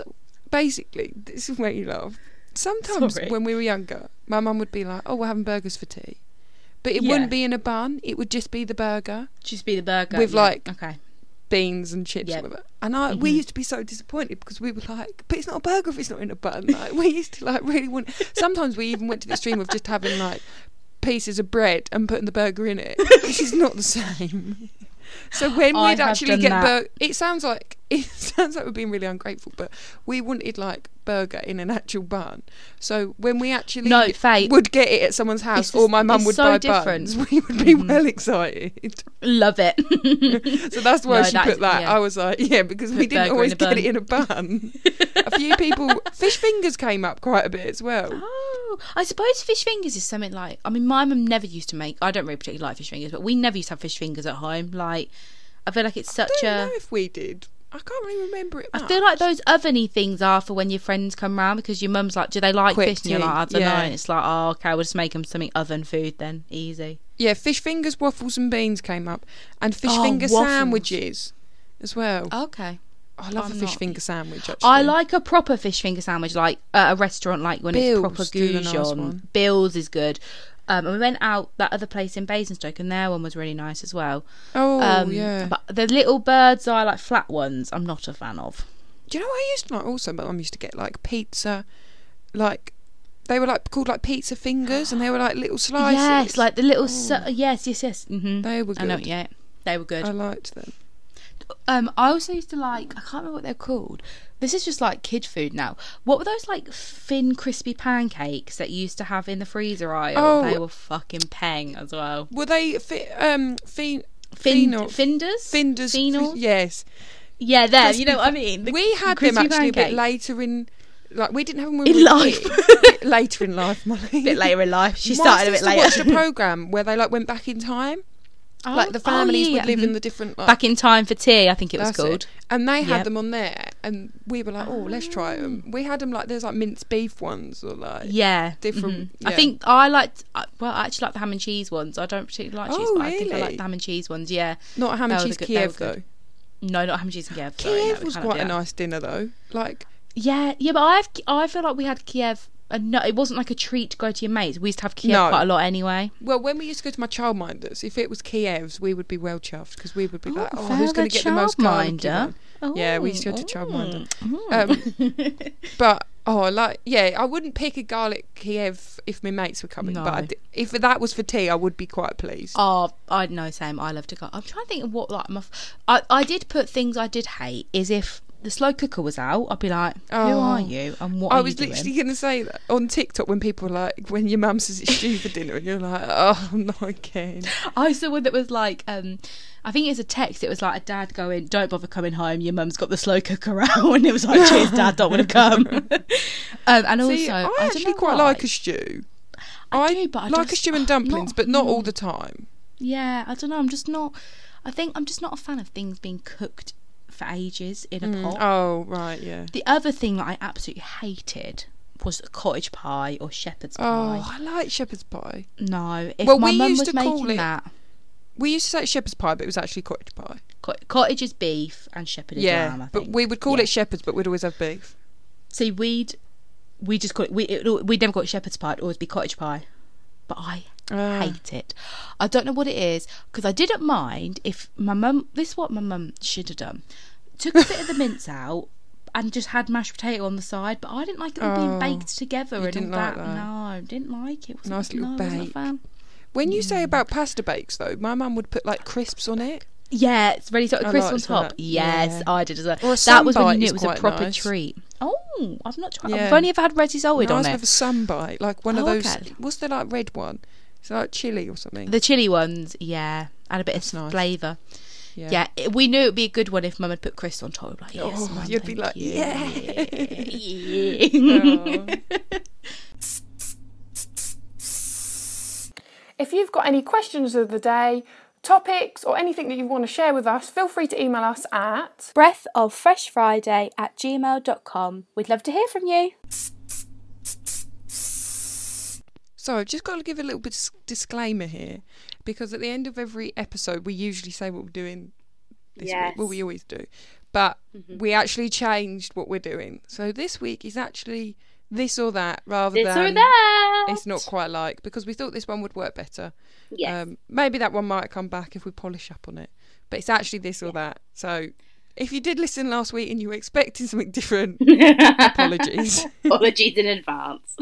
Speaker 1: basically, [LAUGHS] this is where you laugh. Sometimes
Speaker 2: Sorry.
Speaker 1: when we were younger, my mum would be like, oh, we're having burgers for tea. But it
Speaker 2: Yeah.
Speaker 1: wouldn't be in a bun, it would just be the burger,
Speaker 2: just be the burger
Speaker 1: With,
Speaker 2: yeah.
Speaker 1: like,
Speaker 2: okay.
Speaker 1: beans and chips
Speaker 2: Yeah. Mm-hmm.
Speaker 1: or whatever. And I, we used to be so disappointed because we were like, but it's not a burger if it's not in a bun. Like, we used to like really want, sometimes we even went to the extreme of just having like pieces of bread and putting the burger in it, which is not the same. So when
Speaker 2: I
Speaker 1: we'd
Speaker 2: have
Speaker 1: actually
Speaker 2: done
Speaker 1: get
Speaker 2: that.
Speaker 1: burger, it sounds like [LAUGHS] it sounds like we're being really ungrateful, but we wanted like burger in an actual bun. So when we actually
Speaker 2: No, Faye.
Speaker 1: would get it at someone's house,
Speaker 2: It's
Speaker 1: or my
Speaker 2: just-
Speaker 1: mum
Speaker 2: it's
Speaker 1: would
Speaker 2: so
Speaker 1: buy
Speaker 2: different. Mm-hmm.
Speaker 1: buns, [LAUGHS] we would be well excited.
Speaker 2: Love it.
Speaker 1: So that's why
Speaker 2: No,
Speaker 1: she
Speaker 2: that
Speaker 1: put
Speaker 2: is-
Speaker 1: that.
Speaker 2: yeah.
Speaker 1: I was like, yeah, because we
Speaker 2: Put burger
Speaker 1: didn't
Speaker 2: in
Speaker 1: always
Speaker 2: a
Speaker 1: get
Speaker 2: bun.
Speaker 1: it in a bun.
Speaker 2: [LAUGHS]
Speaker 1: a few people, fish fingers came up quite a bit as well.
Speaker 2: Oh, I suppose fish fingers is something like. I mean, my mum never used to make. I don't really particularly like fish fingers, but we never used to have fish fingers at home. Like, I feel like it's
Speaker 1: I
Speaker 2: such
Speaker 1: don't
Speaker 2: a.
Speaker 1: know if we did. I can't really remember it. Much.
Speaker 2: I feel like those oveny things are for when your friends come round because your mum's like, "Do they like
Speaker 1: Quick
Speaker 2: fish?" And you're like, "I
Speaker 1: tea,
Speaker 2: don't
Speaker 1: yeah.
Speaker 2: know." And it's like, "Oh, okay, we'll just make them something oven food then, easy."
Speaker 1: yeah, fish fingers, waffles, and beans came up, and fish
Speaker 2: Oh,
Speaker 1: finger
Speaker 2: waffles.
Speaker 1: sandwiches as well.
Speaker 2: Okay.
Speaker 1: I love a
Speaker 2: I'm
Speaker 1: fish
Speaker 2: not- e-
Speaker 1: finger sandwich. Actually,
Speaker 2: I like a proper fish finger sandwich, like at a restaurant, like when
Speaker 1: Bill's
Speaker 2: it's proper
Speaker 1: do the nice
Speaker 2: goujon.
Speaker 1: one.
Speaker 2: Bill's is good. Um, and we went out that other place in Basingstoke, and their one was really nice as well.
Speaker 1: Oh
Speaker 2: Um,
Speaker 1: yeah.
Speaker 2: But the little bird's eye, like flat ones, I'm not a fan of.
Speaker 1: Do you know what I used to like? Also, my mum used to get like pizza, like they were like called like pizza fingers, and they were like little slices.
Speaker 2: [GASPS] Yes, like the little. Su- yes, yes, yes. hmm
Speaker 1: Oh. They were
Speaker 2: I know,
Speaker 1: good. Oh.
Speaker 2: yeah. They were good.
Speaker 1: I liked them.
Speaker 2: Um, I also used to like. I can't remember what they're called. This is just like kid food now. What were those like thin, crispy pancakes that you used to have in the freezer aisle?
Speaker 1: Oh.
Speaker 2: They were fucking peng as well.
Speaker 1: Were they fi- um fin-
Speaker 2: Fin-
Speaker 1: fino-
Speaker 2: finders,
Speaker 1: finders?
Speaker 2: Fenol?
Speaker 1: fi- yes,
Speaker 2: yeah, them.
Speaker 1: Crispy
Speaker 2: You know what I mean? The
Speaker 1: we had them
Speaker 2: crispy
Speaker 1: actually a bit
Speaker 2: pancake.
Speaker 1: later in, like we didn't have them when
Speaker 2: In
Speaker 1: we were
Speaker 2: life. [LAUGHS]
Speaker 1: kids. later in life, Molly.
Speaker 2: [LAUGHS]
Speaker 1: [LAUGHS]
Speaker 2: bit later in life. She
Speaker 1: My
Speaker 2: started a bit
Speaker 1: sister
Speaker 2: later. [LAUGHS]
Speaker 1: watched a program where they like went back in time, like the
Speaker 2: Oh,
Speaker 1: families
Speaker 2: yeah,
Speaker 1: would live
Speaker 2: mhm.
Speaker 1: in the different like,
Speaker 2: back in time for tea. I think it was
Speaker 1: That's
Speaker 2: called.
Speaker 1: And they had
Speaker 2: Yep.
Speaker 1: them on there, and we were like, "Oh, let's try them." We had them like there's like minced beef ones or like
Speaker 2: Yeah,
Speaker 1: Uh, different-
Speaker 2: mhm. I
Speaker 1: yeah.
Speaker 2: think I liked. I- Well, I actually like the ham and cheese ones. I don't particularly like cheese,
Speaker 1: Oh,
Speaker 2: but I think I
Speaker 1: really?
Speaker 2: like the ham and cheese ones. Yeah,
Speaker 1: not ham
Speaker 2: They
Speaker 1: and
Speaker 2: were the
Speaker 1: cheese
Speaker 2: good- they
Speaker 1: Kiev
Speaker 2: were
Speaker 1: though.
Speaker 2: good. no, not ham and cheese in Kiev. Sorry, no,
Speaker 1: Kiev
Speaker 2: we
Speaker 1: was
Speaker 2: cannot
Speaker 1: quite
Speaker 2: do
Speaker 1: a
Speaker 2: that.
Speaker 1: nice dinner though. Like
Speaker 2: Yeah, yeah, but I have. I feel like we had Kiev. And no, it wasn't like a treat to go to your mates. We used to have Kiev
Speaker 1: No.
Speaker 2: quite a lot anyway.
Speaker 1: Well, when we used to go to my childminders, if it was Kiev's, we would be well chuffed because we would be like,
Speaker 2: Oh,
Speaker 1: oh, who's going
Speaker 2: further
Speaker 1: to get the most garlicky
Speaker 2: childminder. Oh.
Speaker 1: one? Yeah, we used to go to childminder. Um,
Speaker 2: [LAUGHS] childminder.
Speaker 1: but oh, like yeah, I wouldn't pick a garlic Kiev if my mates were coming. But I
Speaker 2: No.
Speaker 1: d- if that was for tea, I would be quite pleased.
Speaker 2: Oh, I know, same. I love to go. I'm trying to think of what like my. f- I I did put things I did hate is if
Speaker 3: the slow cooker was out, I'd be like, "Who
Speaker 1: Oh.
Speaker 3: are you and what
Speaker 1: I
Speaker 3: are
Speaker 1: was
Speaker 3: you doing?"
Speaker 1: literally going to say that on TikTok when people are like, when your mum says it's stew for dinner, and you're like, oh, [LAUGHS] not again.
Speaker 3: [LAUGHS] I saw one that was like, um, I think it was a text. It was like a dad going, "Don't bother coming home. Your mum's got the slow cooker out," [LAUGHS] and it was like, "Cheers, dad. Don't want to
Speaker 1: [LAUGHS]
Speaker 3: come." um, and also,
Speaker 1: See, I,
Speaker 3: I,
Speaker 1: actually
Speaker 3: don't know
Speaker 1: quite
Speaker 3: why.
Speaker 1: like a stew.
Speaker 3: I do, but I
Speaker 1: like a
Speaker 3: just-
Speaker 1: stew and dumplings,
Speaker 3: not-
Speaker 1: but not all the time.
Speaker 3: Yeah, I don't know. I'm just not. I think I'm just not a fan of things being cooked for ages in a pot.
Speaker 1: Oh, right, yeah.
Speaker 3: The other thing that I absolutely hated was cottage pie or shepherd's
Speaker 1: Oh,
Speaker 3: pie.
Speaker 1: I like shepherd's pie.
Speaker 3: No, if
Speaker 1: Well,
Speaker 3: my
Speaker 1: we
Speaker 3: mum
Speaker 1: used
Speaker 3: was
Speaker 1: to call
Speaker 3: making
Speaker 1: it-
Speaker 3: that,
Speaker 1: We used to say shepherd's pie, but it was actually cottage pie.
Speaker 3: cot- cottage is beef and shepherd is
Speaker 1: yeah,
Speaker 3: lamb. I
Speaker 1: but
Speaker 3: think.
Speaker 1: we would call
Speaker 3: Yeah.
Speaker 1: it shepherd's, but we'd always have beef.
Speaker 3: See, we'd we just call it we it, we'd never call it shepherd's pie. It'd always be cottage pie. But I
Speaker 1: Ah.
Speaker 3: hate it. I don't know what it is because I didn't mind if my mum. This is what my mum should have done: took a bit
Speaker 1: [LAUGHS]
Speaker 3: of the mince out and just had mashed potato on the side. But I didn't like it all
Speaker 1: Oh,
Speaker 3: being baked together and
Speaker 1: didn't
Speaker 3: all
Speaker 1: like
Speaker 3: that.
Speaker 1: that.
Speaker 3: No, didn't like it. Wasn't,
Speaker 1: Nice little
Speaker 3: no, wasn't a
Speaker 1: bake.
Speaker 3: fan.
Speaker 1: When you
Speaker 3: Mm.
Speaker 1: say about pasta bakes, though, my mum would put like crisps on it.
Speaker 3: Yeah, it's ready to
Speaker 1: I
Speaker 3: crisp
Speaker 1: like
Speaker 3: on
Speaker 1: to have
Speaker 3: top.
Speaker 1: that.
Speaker 3: Yes,
Speaker 1: Yeah.
Speaker 3: I did as well.
Speaker 1: Or a
Speaker 3: that was when you knew
Speaker 1: sunbite is
Speaker 3: it was a
Speaker 1: quite
Speaker 3: proper
Speaker 1: nice.
Speaker 3: treat. Oh, I've not tried. I've
Speaker 1: Yeah.
Speaker 3: only ever had ready salted
Speaker 1: no,
Speaker 3: on
Speaker 1: I
Speaker 3: it.
Speaker 1: have a sunbite, like one of
Speaker 3: Oh,
Speaker 1: those.
Speaker 3: okay.
Speaker 1: What's the like red one? It's like chili or something.
Speaker 3: The chili ones, yeah, add a bit
Speaker 1: That's
Speaker 3: of
Speaker 1: nice.
Speaker 3: flavour. Yeah. it we knew it'd be a good one if Mum had put crisps on top. We'd be Like, yes,
Speaker 1: Oh,
Speaker 3: Mum,
Speaker 1: you'd be
Speaker 3: thank
Speaker 1: like,
Speaker 3: you. [LAUGHS]
Speaker 1: Oh.
Speaker 4: If you've got any questions of the day, topics, or anything that you want to share with us, feel free to email us at
Speaker 2: breath of fresh friday at gmail.com we'd love to hear from you
Speaker 1: So I've just got to give a little bit s- disclaimer here, because at the end of every episode we usually say what we're doing this week. Well,
Speaker 2: Yes.
Speaker 1: we always do, but
Speaker 3: Mm-hmm.
Speaker 1: we actually changed what we're doing. So this week is actually this or that rather
Speaker 2: this
Speaker 1: than
Speaker 2: or that
Speaker 1: it's not quite like because we thought this one would work better.
Speaker 2: yes
Speaker 1: Um, maybe that one might come back if we polish up on it, but it's actually this or that. So if you did listen last week and you were expecting something different, apologies.
Speaker 2: [LAUGHS]
Speaker 1: [LAUGHS]
Speaker 2: apologies in advance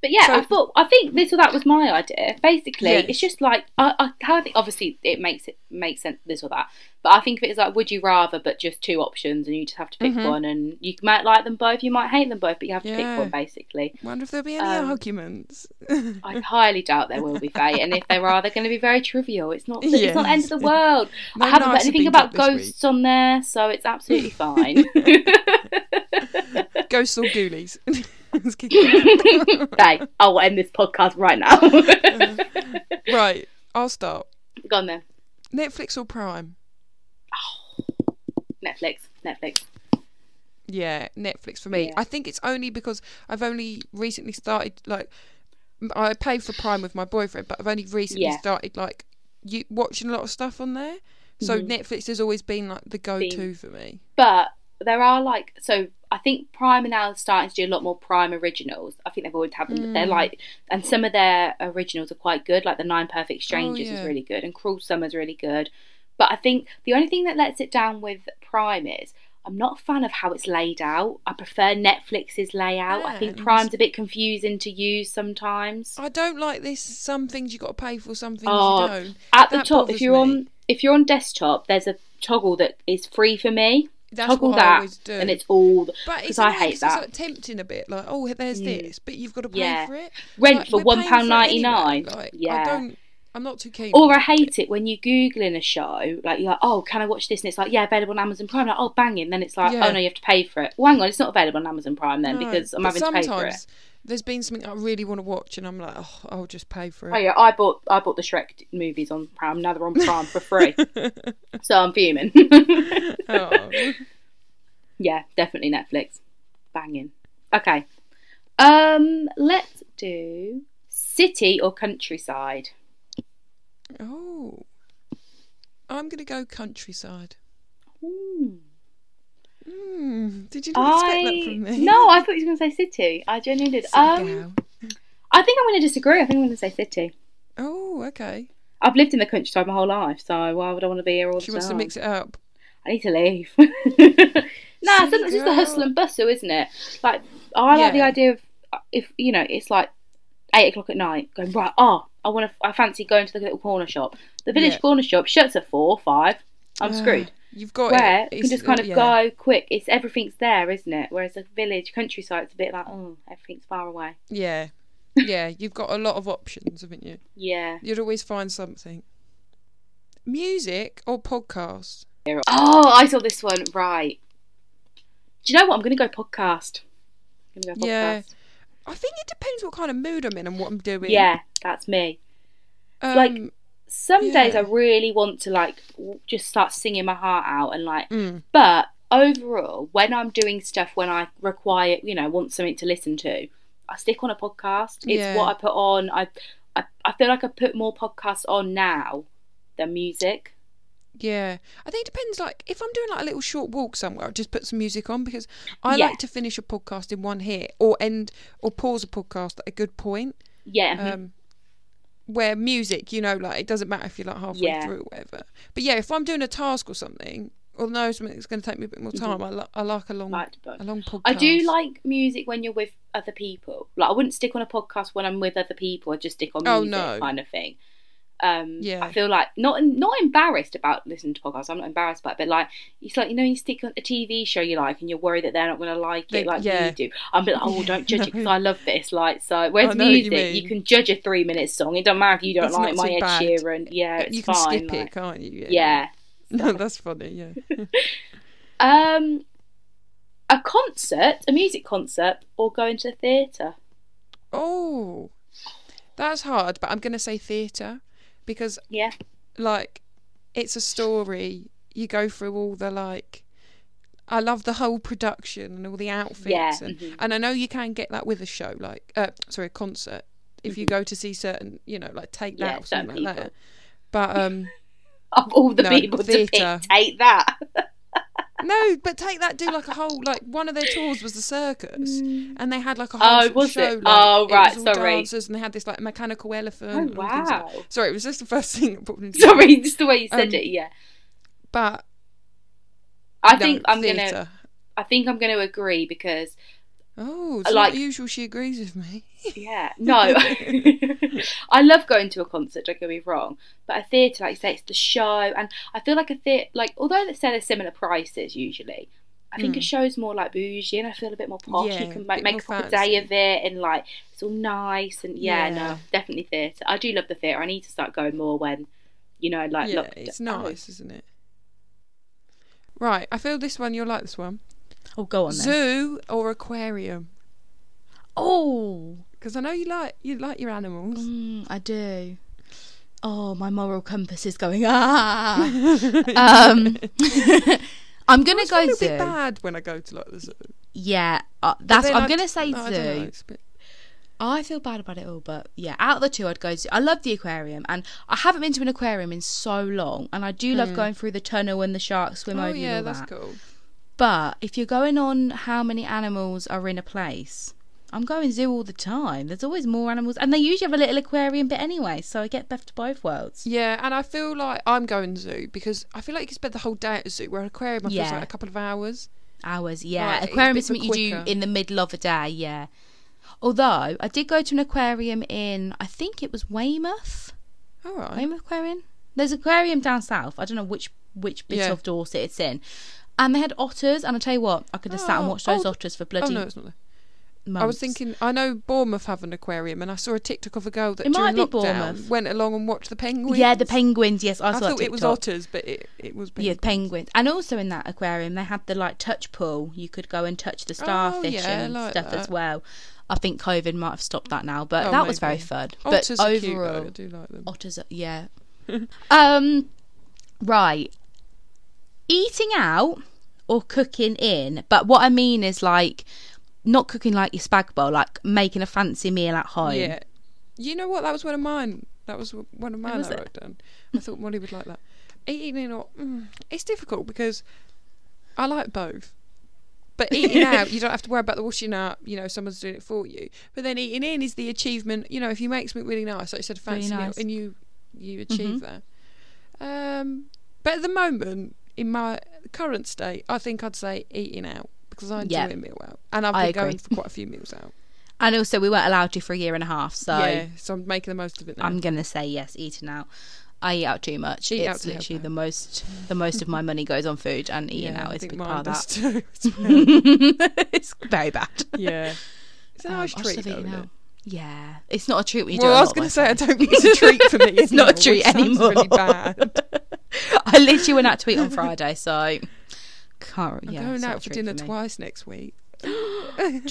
Speaker 2: but yeah
Speaker 1: So-
Speaker 2: i thought i think this or that was my idea basically
Speaker 1: Yes.
Speaker 2: it's just like i, I how I think obviously it makes it makes sense this or that but i think of it as like would you rather but just two options and you just have to pick one and you might like them both you might hate them both but you have to
Speaker 1: Mm-hmm. Yeah.
Speaker 2: pick one basically
Speaker 1: Wonder if there'll be any arguments. [LAUGHS]
Speaker 2: I highly doubt there will be, Faye. And if there are, they're going to be very trivial. It's not. It's not the end of the
Speaker 1: Yes. [LAUGHS]
Speaker 2: world.
Speaker 1: No
Speaker 2: I haven't put
Speaker 1: knives have
Speaker 2: anything
Speaker 1: been
Speaker 2: about
Speaker 1: dropped this
Speaker 2: ghosts on there, so it's
Speaker 1: [LAUGHS]
Speaker 2: absolutely fine. [LAUGHS]
Speaker 1: Ghosts or ghoulies? [LAUGHS] Let's kick it off.
Speaker 2: Faye, I'll end this podcast
Speaker 1: [LAUGHS]
Speaker 2: right now.
Speaker 1: right, I'll start.
Speaker 2: Go on then.
Speaker 1: Netflix or Prime?
Speaker 2: Netflix. Netflix.
Speaker 1: Yeah, Netflix for me.
Speaker 2: Yeah.
Speaker 1: I think it's only because I've only recently started like m- I pay for Prime with my boyfriend, but I've only recently
Speaker 2: Yeah.
Speaker 1: started like you watching a lot of stuff on there. So
Speaker 2: Mm-hmm.
Speaker 1: Netflix has always been like the go-to for me.
Speaker 2: But there are like so. I think Prime are now starting to do a lot more Prime originals. I think they've always had them, but
Speaker 1: Mm.
Speaker 2: they're like, and some of their originals are quite good. Like the Nine Perfect Strangers
Speaker 1: Oh, yeah.
Speaker 2: is really good, and Cruel Summer's really good. But I think the only thing that lets it down with Prime is I'm not a fan of how it's laid out. I prefer Netflix's layout. I think
Speaker 1: Yeah.
Speaker 2: Prime's a bit confusing to use sometimes.
Speaker 1: I don't like this. Some things you got to pay for, some things
Speaker 2: Oh,
Speaker 1: you don't.
Speaker 2: At the
Speaker 1: That
Speaker 2: top,
Speaker 1: bothers
Speaker 2: if you're
Speaker 1: me.
Speaker 2: on if you're on desktop, there's a toggle that is free for me.
Speaker 1: That's
Speaker 2: toggle
Speaker 1: what I
Speaker 2: that,
Speaker 1: always do.
Speaker 2: and it's all
Speaker 1: but
Speaker 2: because
Speaker 1: it's
Speaker 2: I
Speaker 1: annoying
Speaker 2: hate
Speaker 1: 'cause
Speaker 2: that. Mm.
Speaker 1: It's like tempting a bit, like oh, there's this, but you've got to pay
Speaker 2: Yeah.
Speaker 1: for it.
Speaker 2: Rent
Speaker 1: Like,
Speaker 2: for
Speaker 1: we're paying it
Speaker 2: £1.99.
Speaker 1: anyway, like, I
Speaker 2: Yeah.
Speaker 1: don't. I'm not too keen.
Speaker 2: Or I hate it when you googling a show, like you're like, oh, can I watch this? And it's like, yeah, available on Amazon Prime. Like, oh, banging. Then it's like,
Speaker 1: Yeah.
Speaker 2: oh no, you have to pay for it. Well, hang on, it's not available on Amazon Prime then
Speaker 1: No,
Speaker 2: because I'm
Speaker 1: but
Speaker 2: having to pay for it.
Speaker 1: sometimes There's been something I really want to watch, and I'm like, oh, I'll just pay for
Speaker 2: Oh
Speaker 1: it.
Speaker 2: yeah, I bought I bought the Shrek movies on Prime. Now they're on Prime for
Speaker 1: [LAUGHS]
Speaker 2: free, so I'm fuming.
Speaker 1: [LAUGHS]
Speaker 2: [LAUGHS]
Speaker 1: Oh.
Speaker 2: yeah, definitely Netflix, banging. Okay, um, let's do city or countryside.
Speaker 1: Oh. I'm gonna go countryside.
Speaker 2: Ooh.
Speaker 1: Hmm. Did you not expect that from me?
Speaker 2: no, I thought you were going to say city. I genuinely
Speaker 1: [LAUGHS]
Speaker 2: did.
Speaker 1: Sit
Speaker 2: Um,
Speaker 1: down.
Speaker 2: I think I'm going to disagree. I think I'm going to say city.
Speaker 1: Oh, okay.
Speaker 2: I've lived in the countryside my whole life, so why would I want to be here all the
Speaker 1: She
Speaker 2: time?
Speaker 1: wants to mix it up.
Speaker 2: I need to
Speaker 5: [LAUGHS]
Speaker 2: leave. nah,
Speaker 1: Silly
Speaker 2: sometimes it's the hustle
Speaker 1: girl.
Speaker 2: and bustle, isn't it? Like I like the
Speaker 1: Yeah.
Speaker 2: idea of if you know, it's like eight o'clock at night, going right.
Speaker 5: ah,
Speaker 2: Oh, I want to. I fancy going to the little corner shop. The village
Speaker 1: Yeah.
Speaker 2: corner shop shuts at four, five. I'm
Speaker 1: Ah,
Speaker 2: screwed.
Speaker 1: You've got
Speaker 5: where
Speaker 1: it.
Speaker 5: you
Speaker 1: It's- uh,
Speaker 5: can just kind of
Speaker 1: yeah.
Speaker 5: go quick. It's everything's there, isn't it? Whereas a village, countryside, it's a bit like oh, everything's far away.
Speaker 2: [LAUGHS]
Speaker 1: Yeah. Yeah, you've got a lot of options, haven't you?
Speaker 5: Yeah.
Speaker 1: You'd always find something. Music or podcast?
Speaker 5: Oh, I saw this one. Right. Do you know what? I'm gonna go podcast. I'm gonna go podcast.
Speaker 1: Yeah.
Speaker 5: Yeah,
Speaker 1: I think it depends what kind of mood I'm in and what I'm doing.
Speaker 5: that's me.
Speaker 1: Um,
Speaker 5: like- Some
Speaker 1: Yeah.
Speaker 5: days I really want to like w- just start singing my heart out and like
Speaker 1: mm,
Speaker 5: But overall, when I'm doing stuff when I require, you know, want something to listen to, I stick on a podcast. It's
Speaker 1: Yeah.
Speaker 5: what I put on. I, I I feel like I put more podcasts on now than music.
Speaker 1: yeah. I think it depends. Like, if I'm doing like a little short walk somewhere, I'll just put some music on because I
Speaker 5: Yeah.
Speaker 1: like to finish a podcast in one hit or end or pause a podcast at a good point.
Speaker 5: Yeah. mhm.
Speaker 1: um, where music, you know, like it doesn't matter if you're like halfway
Speaker 5: Yeah.
Speaker 1: through or whatever. But yeah, if I'm doing a task or something, or no, something that's going to take me a bit more time, I, li- I like a long,
Speaker 5: Mm-hmm. Like to book.
Speaker 1: a long podcast.
Speaker 5: I do like music when you're with other people. Like I wouldn't stick on a podcast when I'm with other people. I just stick on
Speaker 1: Oh,
Speaker 5: music
Speaker 1: no.
Speaker 5: kind of thing. Um,
Speaker 1: Yeah.
Speaker 5: I feel like not not embarrassed about listening to podcasts. I'm not embarrassed about, it, but like it's like you know you stick on a TV show you like and you're worried that they're not going to like
Speaker 1: They-
Speaker 5: it like
Speaker 1: yeah.
Speaker 5: you do. I'm a bit like oh don't judge it because I love this. Like so, whereas
Speaker 1: [LAUGHS] I know what you
Speaker 5: music you,
Speaker 1: mean.
Speaker 5: can judge a three minute song. It doesn't matter if you don't
Speaker 1: It's
Speaker 5: like
Speaker 1: not
Speaker 5: my
Speaker 1: so
Speaker 5: Ed
Speaker 1: bad.
Speaker 5: Sheeran. Yeah, it's
Speaker 1: you can
Speaker 5: fine.
Speaker 1: skip it,
Speaker 5: like,
Speaker 1: can't you?
Speaker 5: yeah.
Speaker 1: [LAUGHS] No, that's funny.
Speaker 5: [LAUGHS]
Speaker 1: Yeah.
Speaker 5: Um, a concert, a music concert, or going to the theatre.
Speaker 1: oh, that's hard. But I'm going to say theatre because
Speaker 5: Yeah.
Speaker 1: like it's a story. You go through all the like. I love the whole production and all the outfits,
Speaker 5: Yeah,
Speaker 1: and,
Speaker 5: mhm.
Speaker 1: and I know you can get that with a show, like uh, sorry, a concert. If you go to see certain, you know, like take that
Speaker 5: Mm-hmm. Yeah,
Speaker 1: or something
Speaker 5: certain
Speaker 1: like that.
Speaker 5: people.
Speaker 1: But um, [LAUGHS]
Speaker 5: of all the
Speaker 1: No,
Speaker 5: people
Speaker 1: theatre.
Speaker 5: to pick, take that.
Speaker 1: no, but take that do like a whole like one of their tours was the circus, and they had like a whole
Speaker 5: Oh,
Speaker 1: sort of
Speaker 5: was
Speaker 1: show.
Speaker 5: it?
Speaker 1: Like,
Speaker 5: Oh, right,
Speaker 1: it was all
Speaker 5: sorry.
Speaker 1: dancers, and they had this like mechanical elephant.
Speaker 5: [LAUGHS] Oh,
Speaker 1: and all things like-
Speaker 5: wow.
Speaker 1: Sorry, it was just the first thing that popped into. my head.
Speaker 5: Sorry, [LAUGHS] just the way you said
Speaker 1: Um,
Speaker 5: it. Yeah,
Speaker 1: but
Speaker 5: I
Speaker 1: no,
Speaker 5: think I'm gonna.
Speaker 1: theatre.
Speaker 5: I think I'm gonna agree because
Speaker 1: Oh, it's
Speaker 5: like-
Speaker 1: not usual. She agrees with
Speaker 2: [LAUGHS]
Speaker 1: me. [LAUGHS]
Speaker 5: yeah, no, [LAUGHS] I love going to a concert. Don't get me wrong, but a theatre, like you say, it's the show, and I feel like a theatre, like although they say they're similar prices usually. I think a show's more like bougie, and I feel a bit more posh.
Speaker 1: Mm. Yeah,
Speaker 5: you can make,
Speaker 1: bit more
Speaker 5: make up a
Speaker 1: fancy.
Speaker 5: day of it, and like it's all nice. And yeah,
Speaker 1: Yeah.
Speaker 5: no, definitely theatre. I do love the theatre. I need to start going more when, you know, like
Speaker 1: yeah,
Speaker 5: look,
Speaker 1: it's nice, isn't it? oh. Right, I feel this one. You'll like this one.
Speaker 2: Oh, go on then.
Speaker 1: Zoo or aquarium?
Speaker 2: Oh,
Speaker 1: Because I know you like you like your animals.
Speaker 2: mm, I do. Oh, my moral compass is going
Speaker 1: [LAUGHS]
Speaker 2: ah.
Speaker 1: um,
Speaker 2: Um, [LAUGHS] I'm gonna
Speaker 1: a
Speaker 2: go
Speaker 1: little
Speaker 2: zoo.
Speaker 1: bit bad when I go to like the zoo.
Speaker 2: Yeah, uh, that's.
Speaker 1: Then
Speaker 2: I'm
Speaker 1: I-
Speaker 2: gonna
Speaker 1: I
Speaker 2: say
Speaker 1: don't know,
Speaker 2: zoo.
Speaker 1: it's a bit-
Speaker 2: I feel bad about it all, but yeah, out of the two, I'd go to. I love the aquarium, and I haven't been to an aquarium in so long, and I do love going through the tunnel when the sharks swim
Speaker 1: Hmm. Oh
Speaker 2: over you. and
Speaker 1: yeah,
Speaker 2: all
Speaker 1: that's
Speaker 2: that.
Speaker 1: cool.
Speaker 2: But if you're going on how many animals are in a place, I'm going zoo all the time. There's always more animals, and they usually have a little aquarium bit anyway, so I get best of both worlds.
Speaker 1: Yeah, and I feel like I'm going zoo because I feel like you can spend the whole day at a zoo. Where an aquarium, I feel it's
Speaker 2: Yeah.
Speaker 1: like a couple of hours.
Speaker 2: Hours, yeah.
Speaker 1: Right, it's a
Speaker 2: aquarium
Speaker 1: bit
Speaker 2: is something you do
Speaker 1: quicker.
Speaker 2: in the middle of a day, yeah. Although I did go to an aquarium in, I think it was Weymouth.
Speaker 1: All right.
Speaker 2: Weymouth Aquarium. There's an aquarium down south. I don't know which which bit
Speaker 1: Yeah.
Speaker 2: of Dorset it's in. And they had otters, and I tell you what, I could have sat and
Speaker 1: Oh,
Speaker 2: watched those
Speaker 1: oh,
Speaker 2: otters for
Speaker 1: Oh
Speaker 2: bloody
Speaker 1: no, it's not. There.
Speaker 2: months.
Speaker 1: I was thinking. I know Bournemouth have an aquarium, and I saw a TikTok of a girl that
Speaker 2: It
Speaker 1: during
Speaker 2: might be
Speaker 1: lockdown
Speaker 2: Bournemouth.
Speaker 1: went along and watched the penguins.
Speaker 2: yeah, the penguins. Yes, I,
Speaker 1: I
Speaker 2: saw that
Speaker 1: thought it was
Speaker 2: TikTok.
Speaker 1: otters, but it, it was
Speaker 2: Yeah,
Speaker 1: penguins.
Speaker 2: penguins. And also in that aquarium, they had the like touch pool. You could go and touch the starfish
Speaker 1: Oh, yeah, I
Speaker 2: and
Speaker 1: like
Speaker 2: stuff as
Speaker 1: that.
Speaker 2: well. I think COVID might have stopped that now, but
Speaker 1: Oh,
Speaker 2: that was very
Speaker 1: maybe.
Speaker 2: fun.
Speaker 1: otters
Speaker 2: but
Speaker 1: are cute,
Speaker 2: overall,
Speaker 1: though. I do like them.
Speaker 2: otters, are, yeah. [LAUGHS] um, right. Eating out or cooking in, but what I mean is like not cooking like your spag bowl, like making a fancy meal at home.
Speaker 1: Yeah, you know what? That was one of mine. That was one of mine
Speaker 2: was
Speaker 1: I
Speaker 2: it?
Speaker 1: wrote down. I thought Molly would like that. Eating in or mm, it's difficult because I like both.
Speaker 2: [LAUGHS]
Speaker 1: But eating out, you don't have to worry about the washing up. You know, someone's doing it for you. But then eating in is the achievement. You know, if you make something really nice, like you said, a
Speaker 2: Really
Speaker 1: fancy meal,
Speaker 2: nice. Mm-hmm.
Speaker 1: and you you achieve that. Um, but at the moment, in my current state, I think I'd say eating out because I enjoy
Speaker 2: Yeah.
Speaker 1: a meal out, and I've been
Speaker 2: I
Speaker 1: going
Speaker 2: agree.
Speaker 1: for quite a few meals
Speaker 2: [LAUGHS]
Speaker 1: out.
Speaker 2: And also, we weren't allowed to for a year and a half, so
Speaker 1: yeah, so I'm making the most of it now.
Speaker 2: I'm gonna say yes, eating out. I eat out too much.
Speaker 1: Eat out
Speaker 2: it's
Speaker 1: to help
Speaker 2: literally
Speaker 1: out.
Speaker 2: the most the
Speaker 1: [LAUGHS]
Speaker 2: most of my money goes on food and eating out
Speaker 1: I
Speaker 2: is a
Speaker 1: think
Speaker 2: big
Speaker 1: mine
Speaker 2: part of
Speaker 1: does
Speaker 2: that. [LAUGHS]
Speaker 1: too.
Speaker 2: it's very bad.
Speaker 1: yeah. It's a
Speaker 2: Um,
Speaker 1: nice
Speaker 2: I'll
Speaker 1: treat,
Speaker 2: stop
Speaker 1: though,
Speaker 2: eating
Speaker 1: isn't
Speaker 2: out.
Speaker 1: it?
Speaker 2: Yeah, it's not a treat when you do
Speaker 1: Well,
Speaker 2: it
Speaker 1: I
Speaker 2: a
Speaker 1: was
Speaker 2: lot,
Speaker 1: going to
Speaker 2: my
Speaker 1: say, I
Speaker 2: friend.
Speaker 1: don't
Speaker 2: [LAUGHS]
Speaker 1: think it's a treat for me.
Speaker 2: It's not
Speaker 1: anymore, which
Speaker 2: a treat
Speaker 1: sounds
Speaker 2: anymore.
Speaker 1: Really
Speaker 2: [LAUGHS]
Speaker 1: bad.
Speaker 2: I literally went out to eat on Friday, so can't.
Speaker 1: I'm
Speaker 2: yeah, it's
Speaker 1: going
Speaker 2: not a
Speaker 1: out for
Speaker 2: treat
Speaker 1: dinner
Speaker 2: me.
Speaker 1: twice next week.
Speaker 2: [LAUGHS] Twice.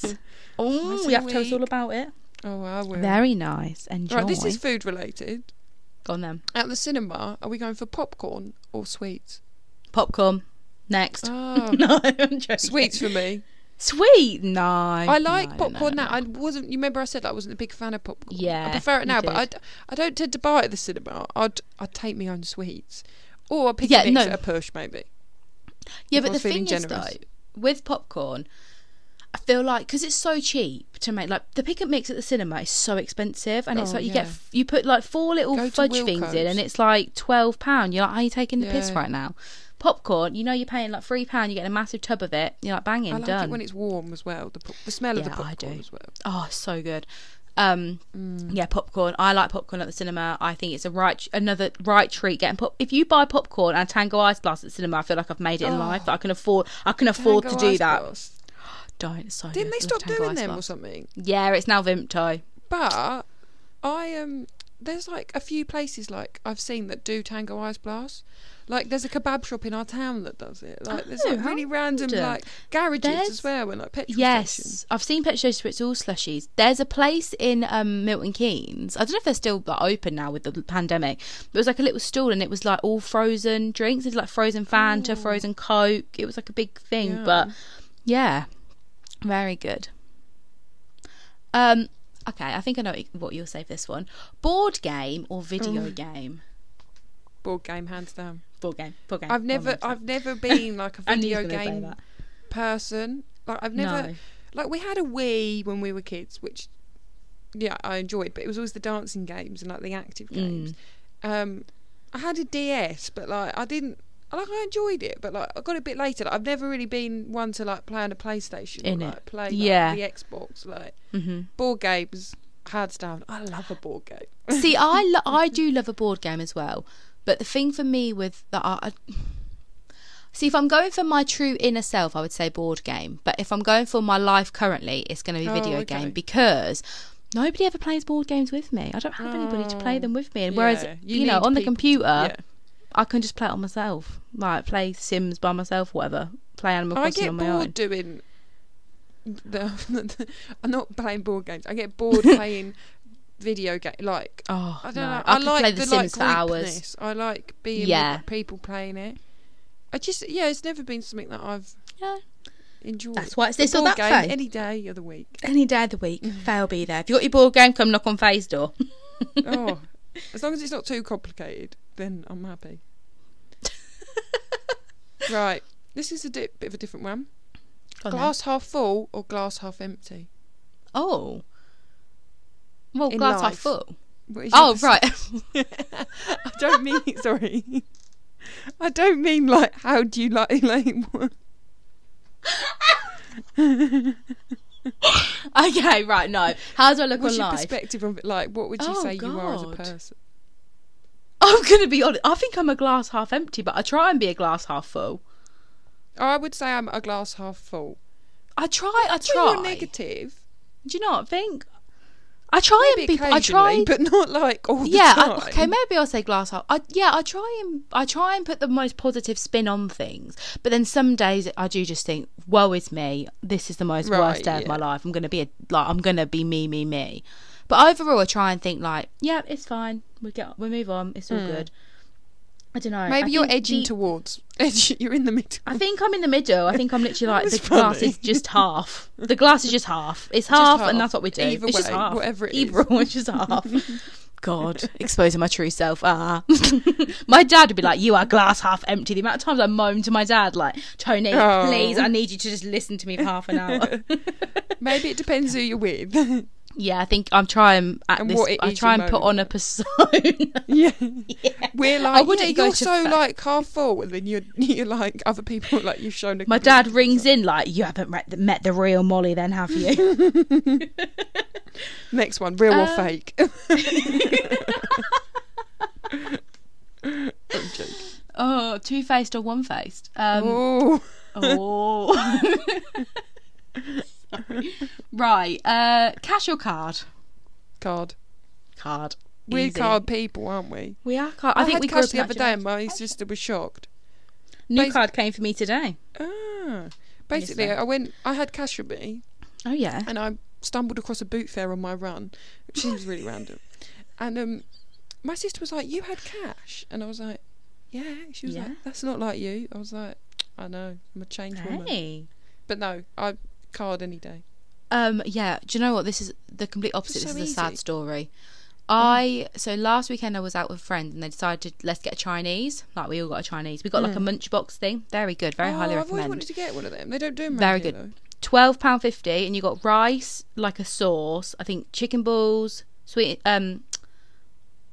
Speaker 1: Twice
Speaker 2: oh,
Speaker 1: a
Speaker 2: you have to tell us
Speaker 1: week.
Speaker 2: all about it.
Speaker 1: Oh, I will.
Speaker 2: Very nice. Enjoy.
Speaker 1: Right, this is food related.
Speaker 2: Gone then.
Speaker 1: At the cinema, are we going for popcorn or
Speaker 2: [LAUGHS]
Speaker 1: sweets?
Speaker 2: Popcorn. Next.
Speaker 1: Oh,
Speaker 2: [LAUGHS] no, I'm joking.
Speaker 1: sweets for
Speaker 2: [LAUGHS]
Speaker 1: me.
Speaker 2: Sweet. No. I
Speaker 1: I like popcorn now. I wasn't. You remember I said that I wasn't a big fan of popcorn.
Speaker 2: Yeah,
Speaker 1: I prefer it
Speaker 2: you
Speaker 1: now, but
Speaker 2: did.
Speaker 1: I, d- I don't tend to buy it at the cinema. I'd I'd take my own sweets, or I pick
Speaker 2: Yeah,
Speaker 1: yeah,
Speaker 2: no.
Speaker 1: at a push maybe.
Speaker 2: Yeah,
Speaker 1: if I
Speaker 2: but the
Speaker 1: was
Speaker 2: thing
Speaker 1: feeling
Speaker 2: is though,
Speaker 1: generous.
Speaker 2: with popcorn, I feel like because it's so cheap to make, like the pick and mix at the cinema is so expensive, and it's
Speaker 1: Oh,
Speaker 2: like you
Speaker 1: yeah.
Speaker 2: get you put like four little
Speaker 1: Go to
Speaker 2: fudge things in, and
Speaker 1: Wilco's.
Speaker 2: it's like twelve pound. You're like, are you taking the piss
Speaker 1: Yeah.
Speaker 2: right now? Popcorn, you know, you're paying like three pound. You get a massive tub of it. You're like banging
Speaker 1: I like
Speaker 2: done.
Speaker 1: it when it's warm as well. The, po- the smell of the
Speaker 2: Yeah, I do.
Speaker 1: popcorn as well. Mm.
Speaker 2: Oh, so good. Um, yeah, popcorn. I like popcorn at the cinema. I think it's a right another right treat. Getting pop. If you buy popcorn and Tango Ice Blast at the cinema, I feel like I've made it in life. That I can afford. I can afford
Speaker 1: Oh. Tango
Speaker 2: to do
Speaker 1: Ice
Speaker 2: that.
Speaker 1: Blast.
Speaker 2: Don't. it's So
Speaker 1: Didn't
Speaker 2: good.
Speaker 1: they
Speaker 2: Love
Speaker 1: stop
Speaker 2: Tango
Speaker 1: doing
Speaker 2: Ice
Speaker 1: them or
Speaker 2: Blast.
Speaker 1: something?
Speaker 2: Yeah, it's now Vimto.
Speaker 1: But I um, there's like a few places like I've seen that do Tango Ice Blast. Like there's a kebab shop in our town that does it. Like there's
Speaker 2: Oh,
Speaker 1: like really random
Speaker 2: random.
Speaker 1: like garages
Speaker 2: There's-
Speaker 1: as well and like petrol
Speaker 2: Yes,
Speaker 1: stations.
Speaker 2: I've seen Pet Shows where it's all slushies. There's a place in um, Milton Keynes. I don't know if they're still like, open now with the pandemic. But it was like a little stall, and it was like all frozen drinks. It was like frozen Fanta,
Speaker 1: Oh.
Speaker 2: frozen Coke. It was like a big thing. But yeah, very good. Um, okay, I think I know what you'll say for this one: board game or video
Speaker 1: Oh.
Speaker 2: game.
Speaker 1: Board game hands down.
Speaker 2: Board game. Board game.
Speaker 1: I've never I've never been like a
Speaker 2: [LAUGHS] I knew you
Speaker 1: video
Speaker 2: was gonna say
Speaker 1: game
Speaker 2: that.
Speaker 1: person. Like I've never
Speaker 2: No.
Speaker 1: like we had a Wii when we were kids, which yeah, I enjoyed, but it was always the dancing games and like the
Speaker 2: Hmm.
Speaker 1: active games. Um I had a DS, but like I didn't like I enjoyed it, but like I got a bit later. Like, I've never really been one to like play on a PlayStation
Speaker 2: In
Speaker 1: or
Speaker 2: it.
Speaker 1: like play like,
Speaker 2: Yeah. Mm-hmm.
Speaker 1: the Xbox. Like board games, hands down. I love a board game.
Speaker 2: See, I lo- I do love a board game as well, but the thing for me with that, I, I- see, if I'm going for my true inner self, I would say board game. But if I'm going for my life currently, it's going to be
Speaker 1: Oh,
Speaker 2: video
Speaker 1: okay.
Speaker 2: game because nobody ever plays board games with me. I don't have anybody to play them with me. And whereas
Speaker 1: Oh, Yeah,
Speaker 2: you,
Speaker 1: you
Speaker 2: know,
Speaker 1: need
Speaker 2: on
Speaker 1: people
Speaker 2: the
Speaker 1: to-
Speaker 2: computer,
Speaker 1: yeah.
Speaker 2: I can just play it on myself, like play Sims by myself, whatever. Play Animal
Speaker 1: Oh, I
Speaker 2: Crossing
Speaker 1: get
Speaker 2: on my
Speaker 1: bored
Speaker 2: own.
Speaker 1: doing the. [LAUGHS] I'm not playing board games. I get bored
Speaker 2: [LAUGHS]
Speaker 1: playing video game. Like
Speaker 2: Oh,
Speaker 1: I don't
Speaker 2: no.
Speaker 1: know.
Speaker 2: I
Speaker 1: I,
Speaker 2: could
Speaker 1: like
Speaker 2: play The
Speaker 1: the,
Speaker 2: Sims for
Speaker 1: like,
Speaker 2: hours.
Speaker 1: groupness. I like being
Speaker 2: Yeah.
Speaker 1: with people playing it. I just yeah, it's never been something that I've
Speaker 2: Yeah.
Speaker 1: enjoyed.
Speaker 2: That's why it's
Speaker 1: A
Speaker 2: this or
Speaker 1: board
Speaker 2: that
Speaker 1: game
Speaker 2: phase.
Speaker 1: any day of the week.
Speaker 2: [LAUGHS] Any day of the week,
Speaker 1: Mm-hmm.
Speaker 2: fail be there. If you got your board game, come knock on Faye's door.
Speaker 1: Oh, as long as it's not too complicated, then I'm happy. right, this is a di- bit of a different one.
Speaker 2: Go on then.
Speaker 1: glass half full or glass half empty?
Speaker 2: Oh. Well,
Speaker 1: In
Speaker 2: glass half
Speaker 1: life.
Speaker 2: full.
Speaker 1: What is your
Speaker 2: Oh,
Speaker 1: perce-
Speaker 2: right. [LAUGHS]
Speaker 1: I [LAUGHS] don't mean [LAUGHS] sorry. I don't mean like how do you like [LAUGHS] like what-
Speaker 2: okay, right. No. How do I look
Speaker 1: what's
Speaker 2: on
Speaker 1: your
Speaker 2: life?
Speaker 1: perspective of it? Like what would you
Speaker 2: Oh,
Speaker 1: say you are as a
Speaker 2: God.
Speaker 1: person?
Speaker 2: I'm going to be honest. I think I'm a glass half empty, but I try and be a glass half full.
Speaker 1: Oh, I would say I'm a glass half full.
Speaker 2: I try. I
Speaker 1: When
Speaker 2: try.
Speaker 1: You're negative.
Speaker 2: do you not think? I try and
Speaker 1: maybe
Speaker 2: be. I
Speaker 1: occasionally,
Speaker 2: try.
Speaker 1: but not like all the
Speaker 2: yeah.
Speaker 1: time.
Speaker 2: I, okay. Maybe I'll say glass half. I, yeah. I try and I try and put the most positive spin on things, but then some days I do just think, "Woe is me! This is the most worst
Speaker 1: Right,
Speaker 2: day of
Speaker 1: yeah.
Speaker 2: my life. I'm gonna be a, like I'm gonna be me, me, me." But overall, I try and think like, "Yeah, it's fine. We get we move on. It's all
Speaker 1: Hmm.
Speaker 2: good." I don't know.
Speaker 1: Maybe
Speaker 2: I
Speaker 1: you're
Speaker 2: think
Speaker 1: edging
Speaker 2: the-
Speaker 1: towards.
Speaker 2: [LAUGHS]
Speaker 1: Edge, you're in the middle.
Speaker 2: I think I'm in the middle. I think I'm literally like the
Speaker 1: [LAUGHS] That's
Speaker 2: glass
Speaker 1: funny.
Speaker 2: is just half. The glass is just half. It's half, and
Speaker 1: half.
Speaker 2: that's what we do.
Speaker 1: Either
Speaker 2: it's just
Speaker 1: way,
Speaker 2: half.
Speaker 1: whatever it
Speaker 2: Either
Speaker 1: is.
Speaker 2: or, it's just half.
Speaker 1: [LAUGHS]
Speaker 2: God, exposing my true self. Ah, [LAUGHS] my dad would be like, "You are glass half empty." The amount of times I moan to my dad, like, "Tony,
Speaker 1: Oh.
Speaker 2: please, I need you to just listen to me for half an
Speaker 1: [LAUGHS]
Speaker 2: hour." [LAUGHS]
Speaker 1: Maybe it depends who you're with.
Speaker 2: yeah, I think I'm trying at
Speaker 1: And
Speaker 2: this.
Speaker 1: what it
Speaker 2: I
Speaker 1: is
Speaker 2: try
Speaker 1: you
Speaker 2: and put
Speaker 1: moan
Speaker 2: on a persona. [LAUGHS]
Speaker 1: Yeah. We're like,
Speaker 2: wouldn't
Speaker 1: yeah,
Speaker 2: go
Speaker 1: you're
Speaker 2: to
Speaker 1: so
Speaker 2: fa-
Speaker 1: like half full, and then you're, [LAUGHS] you're like, other people, like, you've shown a.
Speaker 2: My
Speaker 1: complete-
Speaker 2: dad rings in like, "You haven't met the, met the real Molly, then have you?"
Speaker 1: [LAUGHS]
Speaker 2: [LAUGHS] uh, [LAUGHS]
Speaker 1: [LAUGHS] Next one, real or
Speaker 2: Um,
Speaker 1: fake?
Speaker 2: Oh, two faced or one faced? Um,
Speaker 1: oh,
Speaker 2: oh. [LAUGHS] Sorry. Right. Uh, cash or card?
Speaker 1: card.
Speaker 2: Card.
Speaker 1: We're
Speaker 2: Easy.
Speaker 1: card people, aren't we?
Speaker 2: We are card. I, think
Speaker 1: had
Speaker 2: we
Speaker 1: cash
Speaker 2: got
Speaker 1: the other day, and my sister was shocked.
Speaker 2: New
Speaker 1: Basi-
Speaker 2: card came for me today.
Speaker 1: Ah, basically,
Speaker 2: Yes,
Speaker 1: I went. I had cash with me,
Speaker 2: Oh yeah.
Speaker 1: and I stumbled across a boot fair on my run, which seems really random. And um, my sister was like, "You had cash," and I was like, "Yeah." She was
Speaker 2: Yeah.
Speaker 1: like, "That's not like you." I was like, "I know. I'm a changed woman."
Speaker 2: Hey.
Speaker 1: But no, I card any day.
Speaker 2: Um. Yeah. Do you know what? This is the complete opposite.
Speaker 1: so
Speaker 2: this is a sad
Speaker 1: easy.
Speaker 2: story. I so last weekend I was out with friends and they decided let's get a Chinese. Like we all got a Chinese. We got like a munch box thing. Very good. Very
Speaker 1: Hmm. oh,
Speaker 2: highly
Speaker 1: I've always
Speaker 2: recommend.
Speaker 1: wanted to get one of them. They don't do them.
Speaker 2: Very
Speaker 1: around here,
Speaker 2: good.
Speaker 1: though.
Speaker 2: twelve pound fifty, and you got rice, like a sauce. I think chicken balls, sweet, um,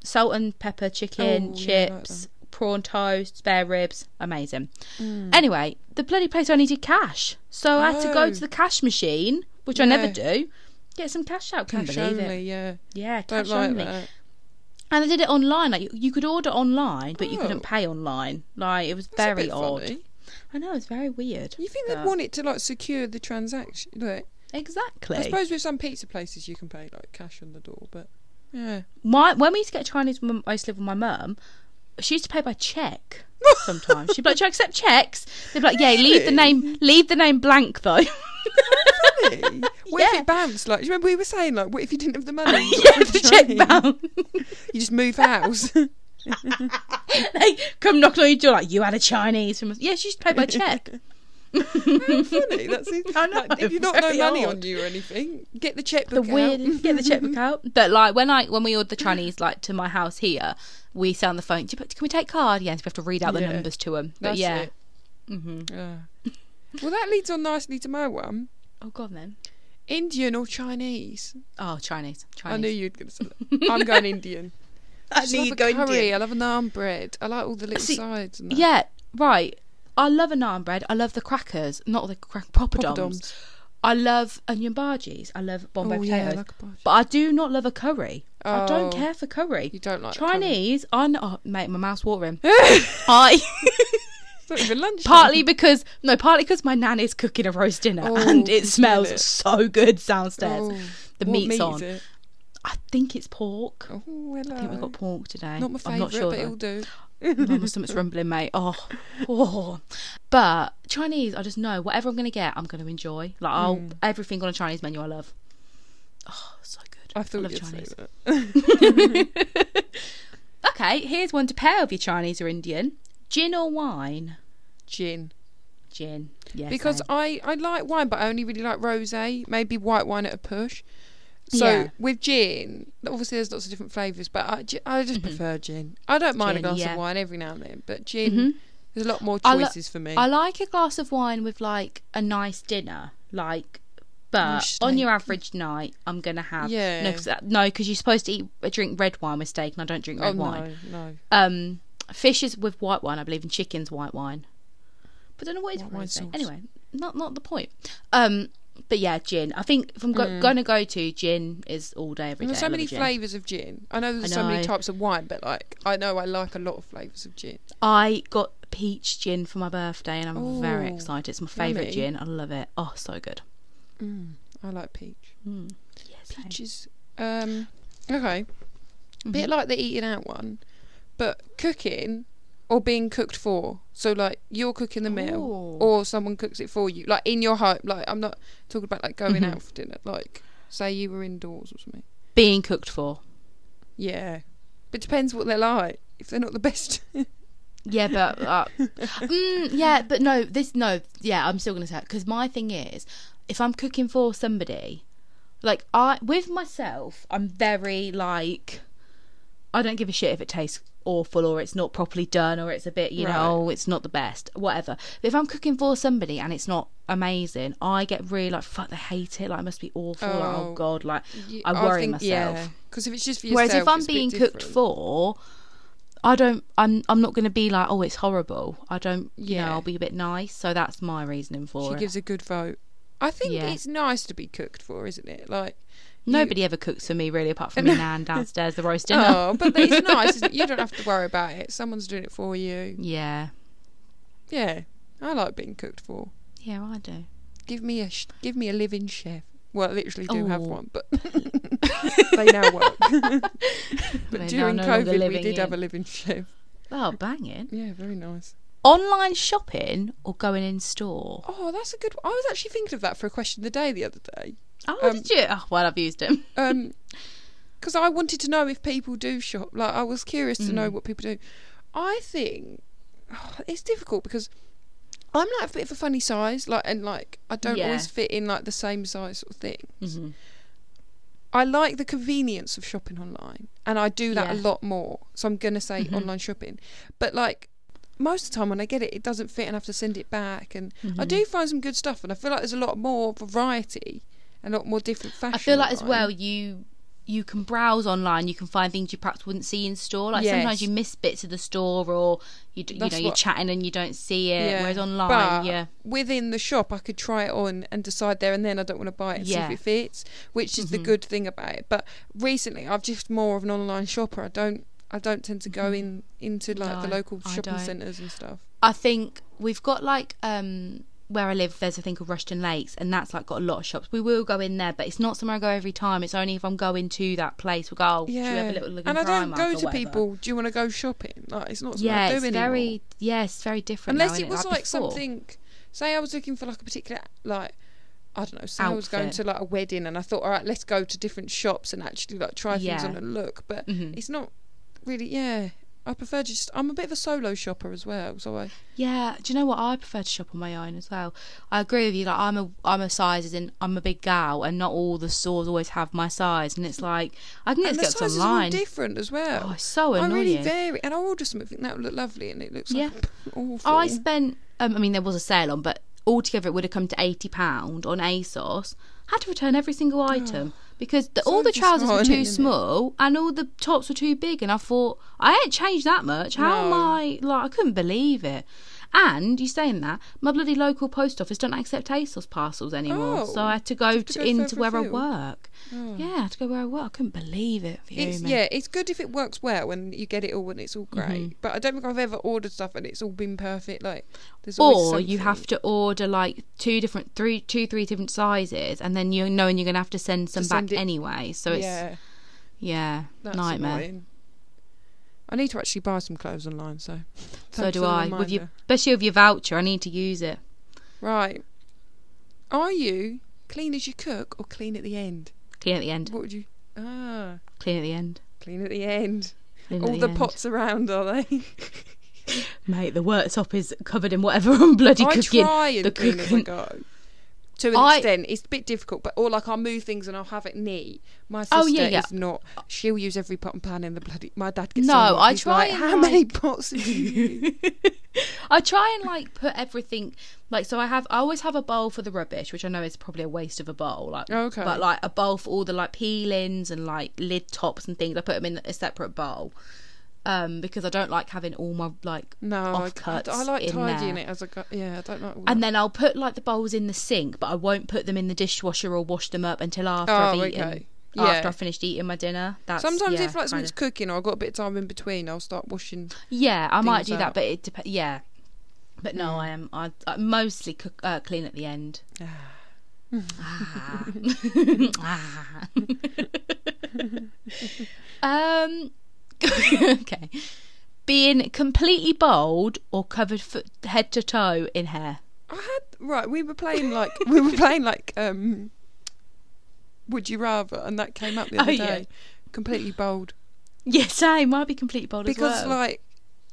Speaker 2: salt and pepper chicken,
Speaker 1: Oh, yeah, I like
Speaker 2: chips, prawn toast, spare ribs. Amazing. Anyway, the bloody place only did cash, so I had to go
Speaker 1: Mm. Oh.
Speaker 2: to the cash machine, which I never
Speaker 1: Yeah.
Speaker 2: do. Get some cash out. Couldn't
Speaker 1: Cash
Speaker 2: believe
Speaker 1: only,
Speaker 2: it.
Speaker 1: yeah.
Speaker 2: Yeah,
Speaker 1: Don't
Speaker 2: cash
Speaker 1: like
Speaker 2: only.
Speaker 1: that.
Speaker 2: And they did it online. Like you, you could order online, but you
Speaker 1: Oh.
Speaker 2: couldn't pay online. Like it was
Speaker 1: That's a
Speaker 2: very
Speaker 1: bit
Speaker 2: odd.
Speaker 1: funny.
Speaker 2: I know it's very weird.
Speaker 1: You think
Speaker 2: But-
Speaker 1: they'd want it to like secure the transaction? Like,
Speaker 2: Exactly.
Speaker 1: I suppose with some pizza places you can pay like cash on the door, but yeah.
Speaker 2: my when we used to get Chinese when I used to live with my mum, she used to pay
Speaker 1: [LAUGHS]
Speaker 2: by check sometimes. She'd be like, Do you accept checks? They'd be like, Yeah, leave the name leave the name blank though.
Speaker 1: Really? [LAUGHS] What if it bounced? Like, do you remember we were saying like, what if you didn't have the money?
Speaker 2: [LAUGHS] yeah, the check bound. [LAUGHS]
Speaker 1: You just move house. [LAUGHS]
Speaker 2: they come knocking on your door like you had a Chinese from us. Yeah, she used to pay by check.
Speaker 1: [LAUGHS] Funny. That's it.
Speaker 2: I know,
Speaker 1: Like, if you've not no
Speaker 2: very
Speaker 1: money
Speaker 2: odd.
Speaker 1: on you or anything, get the checkbook
Speaker 2: [LAUGHS]
Speaker 1: out. [LAUGHS]
Speaker 2: the
Speaker 1: Mm-hmm.
Speaker 2: weird get the checkbook out. But like when I when we order the Chinese like to my house here, we say on the phone, Do you, can we take card? Yes, we have to read out the
Speaker 1: Yeah.
Speaker 2: numbers to them. But
Speaker 1: That's
Speaker 2: yeah. Mm-hmm.
Speaker 1: it. Yeah. Well, that leads on nicely to my one:
Speaker 2: Oh god then.
Speaker 1: Indian or Chinese?
Speaker 2: Oh Chinese. Chinese.
Speaker 1: I knew you were going to say that. I'm going
Speaker 2: [LAUGHS]
Speaker 1: Indian.
Speaker 2: I
Speaker 1: Just love a curry. I love a naan bread. I like all the little
Speaker 2: See,
Speaker 1: sides. And that.
Speaker 2: Yeah, right. I love a naan bread. I love the crackers, not the crack poppadoms.
Speaker 1: Poppadoms.
Speaker 2: I love onion bhajis. I love Bombay
Speaker 1: Oh, yeah, I
Speaker 2: potatoes.
Speaker 1: like a bhaji.
Speaker 2: but I do not love a curry. I
Speaker 1: Oh,
Speaker 2: don't care for curry.
Speaker 1: you don't like curry.
Speaker 2: Chinese. I know, oh, mate, my
Speaker 1: [LAUGHS]
Speaker 2: mouth's watering. I [LAUGHS]
Speaker 1: It's not even lunch.
Speaker 2: partly because no, partly because my nan is cooking a roast dinner
Speaker 1: Oh,
Speaker 2: and
Speaker 1: you
Speaker 2: it smells
Speaker 1: smell it.
Speaker 2: so good downstairs.
Speaker 1: Oh,
Speaker 2: the
Speaker 1: what
Speaker 2: meat's
Speaker 1: meat
Speaker 2: on.
Speaker 1: Is it?
Speaker 2: I think it's pork.
Speaker 1: Oh,
Speaker 2: I think we've
Speaker 1: hello.
Speaker 2: got pork today.
Speaker 1: Not my
Speaker 2: I'm
Speaker 1: favourite,
Speaker 2: not sure.
Speaker 1: but
Speaker 2: though.
Speaker 1: it'll do. Mm-hmm.
Speaker 2: Oh, my stomach's rumbling, mate. Oh, oh. But Chinese, I just know whatever I'm gonna get, I'm gonna enjoy. Like I'll
Speaker 1: Mm.
Speaker 2: everything on a Chinese menu, I love. Oh, so good.
Speaker 1: I thought
Speaker 2: love
Speaker 1: you'd
Speaker 2: Chinese.
Speaker 1: say that.
Speaker 2: Okay, here's one to pair with your Chinese or Indian: gin or wine.
Speaker 1: Gin.
Speaker 2: Gin, yeah.
Speaker 1: Because
Speaker 2: same.
Speaker 1: I, I like wine, but I only really like rosé. Maybe white wine at a push. So
Speaker 2: Yeah.
Speaker 1: with gin, obviously there's lots of different flavours, but I, gi- I just prefer gin. I don't mind a
Speaker 2: Mm-hmm. Gin,
Speaker 1: glass
Speaker 2: yeah. Mm-hmm.
Speaker 1: of wine every now and then, but gin, there's a lot more
Speaker 2: I lo-
Speaker 1: choices for me.
Speaker 2: I like a glass of wine with like a nice dinner, like. But
Speaker 1: Nice
Speaker 2: on your
Speaker 1: steak.
Speaker 2: average night, I'm gonna have
Speaker 1: Yeah.
Speaker 2: no, because no, because you're supposed to eat drink red wine with steak, and I don't drink
Speaker 1: oh
Speaker 2: red wine.
Speaker 1: no, no.
Speaker 2: um fish is with white wine i believe and chicken's white wine but i don't know what is
Speaker 1: White
Speaker 2: wine
Speaker 1: wine
Speaker 2: is.
Speaker 1: sauce.
Speaker 2: anyway not not the point um but yeah gin i think if i'm go- gonna go to gin is all day every day
Speaker 1: There's Mm. so
Speaker 2: I love
Speaker 1: many
Speaker 2: a gin.
Speaker 1: flavours of gin. I know there's so
Speaker 2: know.
Speaker 1: many types of wine, but like I know I like a lot of flavours of gin.
Speaker 2: i got peach gin for my birthday and i'm very
Speaker 1: Ooh,
Speaker 2: excited it's my favorite
Speaker 1: yummy.
Speaker 2: gin i love it oh so good
Speaker 1: I like peach.
Speaker 2: yes
Speaker 1: Peach is um okay.
Speaker 2: mm-hmm.
Speaker 1: Bit like the eating out one, but cooking or being cooked for. So like you're cooking the meal
Speaker 2: Ooh.
Speaker 1: or someone cooks it for you. Like in your home. Like I'm not talking about like
Speaker 2: Mm-hmm.
Speaker 1: going out for dinner. Like say you were indoors or something.
Speaker 2: being cooked for
Speaker 1: Yeah. But depends what they're like. If they're not the [LAUGHS] best
Speaker 2: Yeah, but uh, mm, yeah, but no, this no, yeah, I'm still gonna say because my thing is, if I'm cooking for somebody, like I with myself, I'm very like, I don't give a shit if it tastes awful or it's not properly done or it's a bit, you
Speaker 1: Right.
Speaker 2: know, it's not the best, whatever. But if I'm cooking for somebody and it's not amazing, I get really like, fuck, they hate it, like it must be awful, oh, like, oh
Speaker 1: Oh.
Speaker 2: god, like
Speaker 1: you-
Speaker 2: I worry myself.
Speaker 1: Because if it's just for yourself,
Speaker 2: Whereas if I'm
Speaker 1: it's a bit
Speaker 2: being cooked
Speaker 1: different.
Speaker 2: for, I don't. I'm. I'm not going to be like, oh, it's horrible. I don't. You know,
Speaker 1: Yeah.
Speaker 2: I'll be a bit nice. So that's my reasoning for
Speaker 1: She
Speaker 2: it.
Speaker 1: gives a good vote. I think
Speaker 2: Yeah.
Speaker 1: it's nice to be cooked for, isn't it? Like
Speaker 2: Nobody ever cooks for me really,
Speaker 1: [LAUGHS]
Speaker 2: apart from my nan downstairs the roast dinner.
Speaker 1: Oh, but
Speaker 2: [LAUGHS]
Speaker 1: it's nice. isn't it? You don't have to worry about it. Someone's doing it for you.
Speaker 2: Yeah,
Speaker 1: Yeah, I like being cooked for.
Speaker 2: yeah, I do.
Speaker 1: Give me a sh- give me a living chef. Well, I literally do have
Speaker 2: Oh.
Speaker 1: one,
Speaker 2: [LAUGHS]
Speaker 1: but they now work. but
Speaker 2: now
Speaker 1: during
Speaker 2: no longer
Speaker 1: COVID, we
Speaker 2: living
Speaker 1: did have
Speaker 2: in.
Speaker 1: a living chef.
Speaker 2: Oh, banging!
Speaker 1: Yeah, very nice.
Speaker 2: Online shopping or going in store?
Speaker 1: Oh, that's a good. I was actually thinking of that for a question of the day the other day.
Speaker 2: Oh,
Speaker 1: Um,
Speaker 2: did you? Oh, well, I've used them.
Speaker 1: Um 'cause because I wanted to know if people do shop. Like, I was curious to
Speaker 2: Mm.
Speaker 1: know what people do. I think [SIGHS] it's difficult because I'm like a bit of a funny size, like, and like I don't
Speaker 2: Yeah. Mm-hmm.
Speaker 1: always fit in like the same size sort of things. I like the convenience of shopping online, and I do that a
Speaker 2: Yeah. Mm-hmm.
Speaker 1: lot more. So I'm gonna say online shopping, but like. Most of the time, when I get it, it doesn't fit, and I have to send it back. And
Speaker 2: Mm-hmm.
Speaker 1: I do find some good stuff, and I feel like there's a lot more variety, and a lot more different fashion.
Speaker 2: I feel like as
Speaker 1: online.
Speaker 2: well you you can browse online. You can find things you perhaps wouldn't see in store. Like
Speaker 1: Yes.
Speaker 2: sometimes you miss bits of the store, or you d- you
Speaker 1: That's
Speaker 2: know you're
Speaker 1: what-
Speaker 2: chatting and you don't see it. Whereas online,
Speaker 1: but
Speaker 2: yeah,
Speaker 1: Within the shop, I could try it on and decide there and then I don't want to buy it and
Speaker 2: Yeah. Mm-hmm.
Speaker 1: see if it fits, which is the good thing about it. But recently, I've just more of an online shopper. I don't. I don't tend to go in into like the
Speaker 2: Mm-hmm. No,
Speaker 1: local
Speaker 2: I
Speaker 1: shopping
Speaker 2: don't.
Speaker 1: centres and stuff.
Speaker 2: I think we've got like um where I live there's a thing called Rushton Lakes and that's like got a lot of shops. We will go in there, but it's not somewhere I go every time. It's only if I'm going to that place we'll go, oh, should we have
Speaker 1: Yeah,
Speaker 2: a little look in
Speaker 1: and I don't
Speaker 2: Primark
Speaker 1: go
Speaker 2: or
Speaker 1: to
Speaker 2: whatever?"
Speaker 1: people. Do you want to go shopping? Like it's not something
Speaker 2: Yeah,
Speaker 1: I do
Speaker 2: it's
Speaker 1: anymore.
Speaker 2: very yeah, it's very different. now,
Speaker 1: Unless
Speaker 2: isn't
Speaker 1: it was like,
Speaker 2: before.
Speaker 1: something. Say I was looking for like a particular like. I don't know. Say I was going to
Speaker 2: Outfit.
Speaker 1: like a wedding, and I thought, all right, let's go to different shops and actually like try things
Speaker 2: Yeah. Mm-hmm.
Speaker 1: on and look. But it's not really. Yeah, I prefer just. I'm a bit of a solo shopper as well, so I.
Speaker 2: Yeah, do you know what? I prefer to shop on my own as well. I agree with you. Like I'm a I'm a size as in I'm a big gal, and not all the stores always have my size. And it's like I can get
Speaker 1: and the
Speaker 2: stuff
Speaker 1: sizes are all
Speaker 2: online.
Speaker 1: different as well.
Speaker 2: Oh, it's so
Speaker 1: I really
Speaker 2: annoying.
Speaker 1: vary, and I order something that will look lovely, and it looks
Speaker 2: Yeah. Oh,
Speaker 1: like [LAUGHS] awful.
Speaker 2: I spent. Um, I mean, there was a sale on, but altogether it would have come to eighty pound on ASOS. Had to return every single
Speaker 1: Oh,
Speaker 2: item because the, all the trousers were
Speaker 1: disheartening,
Speaker 2: too
Speaker 1: isn't it?
Speaker 2: small and all the tops were too big. And I thought I ain't changed that much. How am
Speaker 1: No.
Speaker 2: I? Like I couldn't believe it. And you saying that my bloody local post office don't accept ASOS parcels anymore, so
Speaker 1: Oh,
Speaker 2: I had to go,
Speaker 1: to
Speaker 2: to
Speaker 1: go
Speaker 2: into
Speaker 1: further
Speaker 2: where I
Speaker 1: afield.
Speaker 2: work. Yeah, I had to go where I work. I couldn't believe it.
Speaker 1: Hmm. It's,
Speaker 2: fuming.
Speaker 1: yeah, it's good if it works well and you get it all and it's all
Speaker 2: Mm-hmm.
Speaker 1: great. But I don't think I've ever ordered stuff and it's all been perfect. Like there's always
Speaker 2: or you have
Speaker 1: something
Speaker 2: to order like two different three two three different sizes and then you knowing you're gonna have to send some
Speaker 1: send
Speaker 2: back
Speaker 1: it-
Speaker 2: anyway so it's yeah,
Speaker 1: yeah, that's
Speaker 2: nightmare
Speaker 1: annoying. I need to actually buy some clothes online. So [LAUGHS]
Speaker 2: so
Speaker 1: thanks
Speaker 2: do
Speaker 1: for the
Speaker 2: i with your
Speaker 1: reminder.
Speaker 2: especially with your voucher i need to use it
Speaker 1: right? Are you clean as you cook or clean at the end?
Speaker 2: clean at the end
Speaker 1: What would you? Ah,
Speaker 2: clean at the end
Speaker 1: clean at the end.
Speaker 2: clean at
Speaker 1: all the
Speaker 2: end.
Speaker 1: pots around are they? [LAUGHS]
Speaker 2: mate the worktop is covered in whatever [LAUGHS] I'm bloody
Speaker 1: I
Speaker 2: cooking
Speaker 1: try and
Speaker 2: the
Speaker 1: clean as I
Speaker 2: cooking-
Speaker 1: go. To an
Speaker 2: I-
Speaker 1: extent, it's a bit difficult, but or like I'll move things and I'll have it neat. My sister
Speaker 2: Oh, yeah, yeah.
Speaker 1: is not. She'll use every pot and pan in the bloody. My dad gets
Speaker 2: No,
Speaker 1: so annoyed,
Speaker 2: I
Speaker 1: he's
Speaker 2: try
Speaker 1: like,
Speaker 2: and,
Speaker 1: How many pots? Have you used?"
Speaker 2: [LAUGHS] I try and like put everything like so I have I always have a bowl for the rubbish, which I know is probably a waste of a bowl. Like
Speaker 1: Okay.
Speaker 2: but like a bowl for all the like peelings and like lid tops and things. I put them in a separate bowl. Um, because I don't like having all my like
Speaker 1: no, I, I,
Speaker 2: offcuts
Speaker 1: I like
Speaker 2: in
Speaker 1: tidying
Speaker 2: there.
Speaker 1: it as I go. Yeah, I don't like. all that.
Speaker 2: And then I'll put like the bowls in the sink, but I won't put them in the dishwasher or wash them up until after I've
Speaker 1: Oh,
Speaker 2: eaten.
Speaker 1: okay.
Speaker 2: After
Speaker 1: Yeah.
Speaker 2: I've finished eating my dinner. That's
Speaker 1: Sometimes
Speaker 2: yeah,
Speaker 1: if like
Speaker 2: kind
Speaker 1: something's
Speaker 2: of-
Speaker 1: cooking or I've got a bit of time in between, I'll start washing.
Speaker 2: Yeah, I might
Speaker 1: things Mm.
Speaker 2: do
Speaker 1: out.
Speaker 2: that, but it depends. Yeah, but no, I am. I, I mostly cook uh, clean at
Speaker 1: [SIGHS]
Speaker 2: the end. Ah. [LAUGHS] Ah. um. [LAUGHS] okay. Being completely bald or covered foot, head to toe in hair.
Speaker 1: I had right. We were playing like we were playing like um. Would you rather? And that came up the other
Speaker 2: Oh, yeah.
Speaker 1: day. Completely bold.
Speaker 2: Yeah, same. I'd be completely bald
Speaker 1: because
Speaker 2: as well.
Speaker 1: like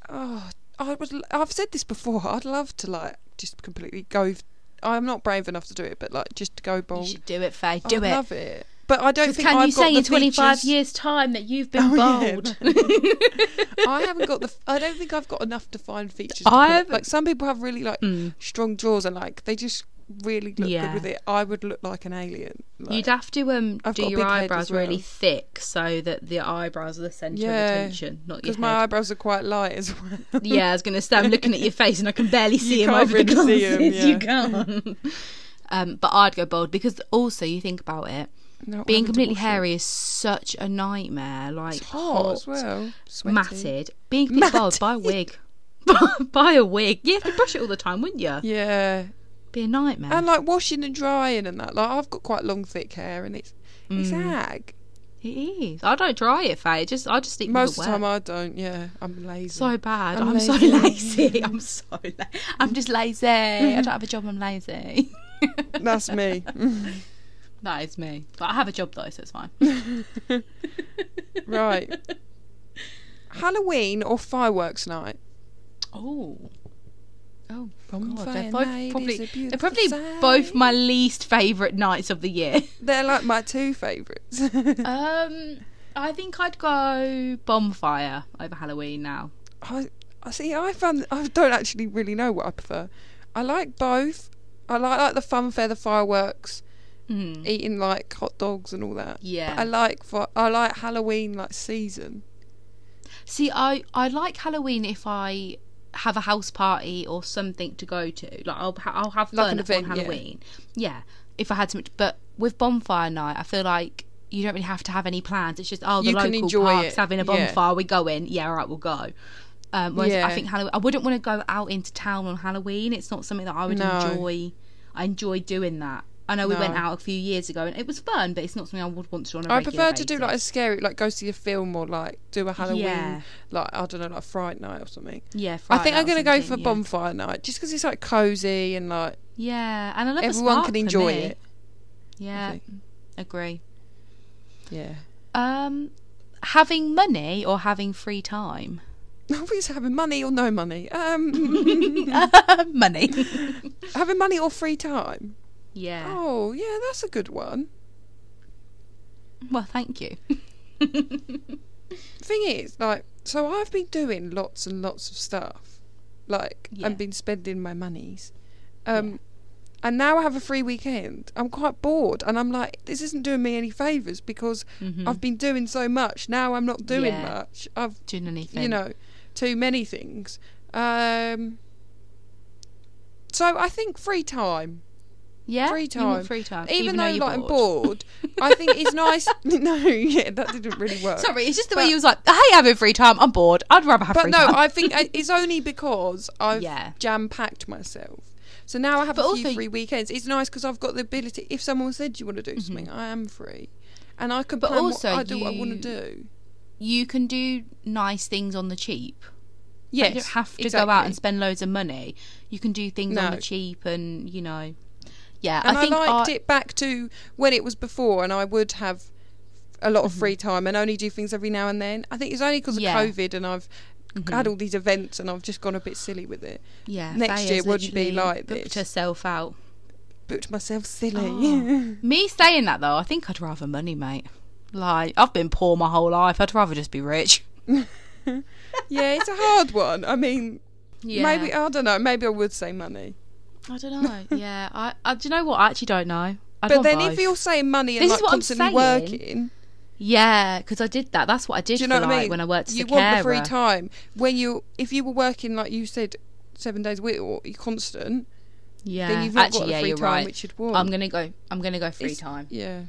Speaker 1: oh i would l- i've said this before [LAUGHS] i'd love to like just completely go f- i'm not brave enough to do it but like just to go
Speaker 2: you
Speaker 1: bald
Speaker 2: should do it, Faye.
Speaker 1: I
Speaker 2: Do it.
Speaker 1: love it but i don't think
Speaker 2: Can
Speaker 1: I've
Speaker 2: you
Speaker 1: got
Speaker 2: say
Speaker 1: the
Speaker 2: in 25
Speaker 1: features-
Speaker 2: years' time that you've been
Speaker 1: Oh, yeah,
Speaker 2: bald?
Speaker 1: i haven't got the f- i don't think i've got enough defined features
Speaker 2: I
Speaker 1: I
Speaker 2: haven't- Mm.
Speaker 1: like some people have really like strong jaws and like they just really look
Speaker 2: Yeah.
Speaker 1: good with it i would look like an alien like,
Speaker 2: You'd have to um
Speaker 1: I've
Speaker 2: do
Speaker 1: got a
Speaker 2: your
Speaker 1: big head
Speaker 2: eyebrows
Speaker 1: as well.
Speaker 2: really thick so that the eyebrows are the centre
Speaker 1: Yeah,
Speaker 2: of attention, not your
Speaker 1: because
Speaker 2: head.
Speaker 1: my eyebrows are quite light as well
Speaker 2: yeah, I was going to say I'm looking at your face and I
Speaker 1: [LAUGHS]
Speaker 2: can barely see him
Speaker 1: can't
Speaker 2: over the
Speaker 1: really
Speaker 2: glasses.
Speaker 1: see
Speaker 2: [LAUGHS]
Speaker 1: 'em,
Speaker 2: You can't. um, but I'd go bold because also you think about it,
Speaker 1: [LAUGHS] not having
Speaker 2: Being
Speaker 1: to
Speaker 2: completely
Speaker 1: wash it.
Speaker 2: hairy is such a nightmare. Like
Speaker 1: It's hot as well. Sweaty.
Speaker 2: matted. Being completely bald, buy a wig. [LAUGHS] buy a wig. You have to brush it all the time, wouldn't you?
Speaker 1: Yeah,
Speaker 2: Be a nightmare.
Speaker 1: and like washing and drying and that. Like I've got quite long, thick hair, and it's it's
Speaker 2: Mm.
Speaker 1: ag.
Speaker 2: it is. I don't dry it, Faye. It just I just stick
Speaker 1: Most of
Speaker 2: with
Speaker 1: the
Speaker 2: the wet.
Speaker 1: time I don't. Yeah, I'm lazy.
Speaker 2: so [LAUGHS] bad.
Speaker 1: I'm
Speaker 2: I'm, so
Speaker 1: lazy.
Speaker 2: lazy. [LAUGHS] I'm so lazy. I'm just lazy. I don't have a job. I'm lazy.
Speaker 1: That's me.
Speaker 2: [LAUGHS]
Speaker 1: [LAUGHS]
Speaker 2: That is me. But I have a job though, so it's fine.
Speaker 1: [LAUGHS] right. Halloween or fireworks night?
Speaker 2: [LAUGHS] Oh. Oh, God.
Speaker 1: Bonfire
Speaker 2: They're both
Speaker 1: night is
Speaker 2: probably,
Speaker 1: a
Speaker 2: they're
Speaker 1: beautiful
Speaker 2: probably
Speaker 1: sight.
Speaker 2: both my least favourite nights of
Speaker 1: [LAUGHS]
Speaker 2: the year.
Speaker 1: They're like my two [LAUGHS] favourites.
Speaker 2: um, I think I'd go bonfire over Halloween now.
Speaker 1: I, I see. I found I don't actually really know what I prefer. I like both. I like like the funfair, the fireworks,
Speaker 2: Mm.
Speaker 1: eating like hot dogs and all that.
Speaker 2: Yeah.
Speaker 1: But I like fi- I like Halloween like season.
Speaker 2: See, I, I like Halloween if I have a house party or something to go to. Like I'll ha- I'll have
Speaker 1: Like
Speaker 2: fun
Speaker 1: an event, yeah.
Speaker 2: on Halloween. Yeah. if I had something. To, but with bonfire night, I feel like you don't really have to have any plans. It's just oh, the
Speaker 1: You can
Speaker 2: local
Speaker 1: enjoy
Speaker 2: park's
Speaker 1: it,
Speaker 2: having a
Speaker 1: yeah.
Speaker 2: bonfire. We go in. Yeah, all right, we'll go. Um, whereas
Speaker 1: Yeah.
Speaker 2: I think Halloween, I wouldn't want to go out into town on Halloween. It's not something that I would
Speaker 1: No.
Speaker 2: enjoy. I enjoy doing that. I know we went
Speaker 1: No.
Speaker 2: out a few years ago and it was fun, but it's not something I would want to do on a
Speaker 1: I
Speaker 2: regular
Speaker 1: prefer to do
Speaker 2: basis.
Speaker 1: like a scary, like go see a film or like do a Halloween,
Speaker 2: Yeah.
Speaker 1: like I don't know, like Fright Night or something.
Speaker 2: yeah.
Speaker 1: I think
Speaker 2: Friday
Speaker 1: I'm
Speaker 2: or
Speaker 1: gonna go for
Speaker 2: something, yeah.
Speaker 1: Bonfire Night just because it's like cozy and like
Speaker 2: Yeah, and I love a
Speaker 1: everyone
Speaker 2: spark
Speaker 1: can
Speaker 2: for
Speaker 1: enjoy
Speaker 2: me.
Speaker 1: it.
Speaker 2: Yeah,
Speaker 1: think.
Speaker 2: agree.
Speaker 1: [LAUGHS] Yeah.
Speaker 2: Um, having money or having free time? [LAUGHS]
Speaker 1: I was having money or no money. Um,
Speaker 2: money.
Speaker 1: having money or free time.
Speaker 2: yeah.
Speaker 1: Oh, yeah, that's a good one.
Speaker 2: Well, thank you. [LAUGHS]
Speaker 1: Thing is, like, so I've been doing lots and lots of stuff, like,
Speaker 2: Yeah.
Speaker 1: and been spending my monies. Um, and now I have a free weekend. I'm quite bored, and I'm like, this isn't doing me any favors because I've been doing so much. Now I'm not doing
Speaker 2: Mm-hmm. Yeah.
Speaker 1: much. I've
Speaker 2: Doing anything?
Speaker 1: you know, too many things. Um, so I think free time,
Speaker 2: Yeah.
Speaker 1: free
Speaker 2: You
Speaker 1: time,
Speaker 2: want free time.
Speaker 1: Even, though,
Speaker 2: you're
Speaker 1: like, I'm bored,
Speaker 2: [LAUGHS]
Speaker 1: I think it's nice. [LAUGHS] no, yeah, that didn't really work.
Speaker 2: Sorry, it's just the way
Speaker 1: But-
Speaker 2: you was like, "Hey, having free time. I'm bored. I'd rather have
Speaker 1: but
Speaker 2: free
Speaker 1: no,
Speaker 2: time."
Speaker 1: I think I- it's only because I've
Speaker 2: Yeah.
Speaker 1: jam packed myself. So now I have
Speaker 2: But
Speaker 1: a
Speaker 2: also-
Speaker 1: few free weekends. It's nice because I've got the ability. If someone said you want to do something, I am free, and I can
Speaker 2: Mm-hmm. But
Speaker 1: plan
Speaker 2: also
Speaker 1: what I do what I want to
Speaker 2: you-
Speaker 1: do.
Speaker 2: you can do nice things on the cheap.
Speaker 1: Yes,
Speaker 2: you don't have to go out
Speaker 1: exactly.
Speaker 2: and spend loads of money. You can do things on
Speaker 1: No.
Speaker 2: the cheap, and you know, yeah.
Speaker 1: and
Speaker 2: I
Speaker 1: I,
Speaker 2: think
Speaker 1: liked it back to when it was before, and I would have a lot of free time and only do things every now and then. I think it's only because
Speaker 2: Mm-hmm. Yeah. Mm-hmm.
Speaker 1: of COVID, and I've had all these events, and I've just gone a bit silly with it.
Speaker 2: Yeah,
Speaker 1: Next
Speaker 2: Faye's
Speaker 1: year wouldn't be
Speaker 2: literally
Speaker 1: like
Speaker 2: booked
Speaker 1: this.
Speaker 2: herself out.
Speaker 1: Booked myself silly. Oh.
Speaker 2: Me saying that though, I think I'd rather money, mate. Like I've been poor my whole life. I'd rather just be rich.
Speaker 1: yeah, it's a hard one. I mean,
Speaker 2: Yeah.
Speaker 1: maybe I don't know. Maybe I would say money,
Speaker 2: I
Speaker 1: [LAUGHS]
Speaker 2: don't know. Yeah. I, I do you know what? I actually don't know. I'd
Speaker 1: but
Speaker 2: want
Speaker 1: then
Speaker 2: both.
Speaker 1: if you're saying money and
Speaker 2: This
Speaker 1: like
Speaker 2: is what I'm
Speaker 1: constantly
Speaker 2: saying.
Speaker 1: working,
Speaker 2: yeah, because I did that. That's what I did
Speaker 1: do you
Speaker 2: for
Speaker 1: know what
Speaker 2: like
Speaker 1: I mean?
Speaker 2: when I worked as
Speaker 1: you
Speaker 2: a
Speaker 1: want
Speaker 2: carer.
Speaker 1: the free time when you if you were working like you said seven days a week or you're constant.
Speaker 2: Yeah.
Speaker 1: then you've not
Speaker 2: actually,
Speaker 1: got the
Speaker 2: yeah,
Speaker 1: free
Speaker 2: you're
Speaker 1: time
Speaker 2: right.
Speaker 1: which you'd want.
Speaker 2: I'm gonna go. I'm gonna go free
Speaker 1: It's-
Speaker 2: time.
Speaker 1: Yeah.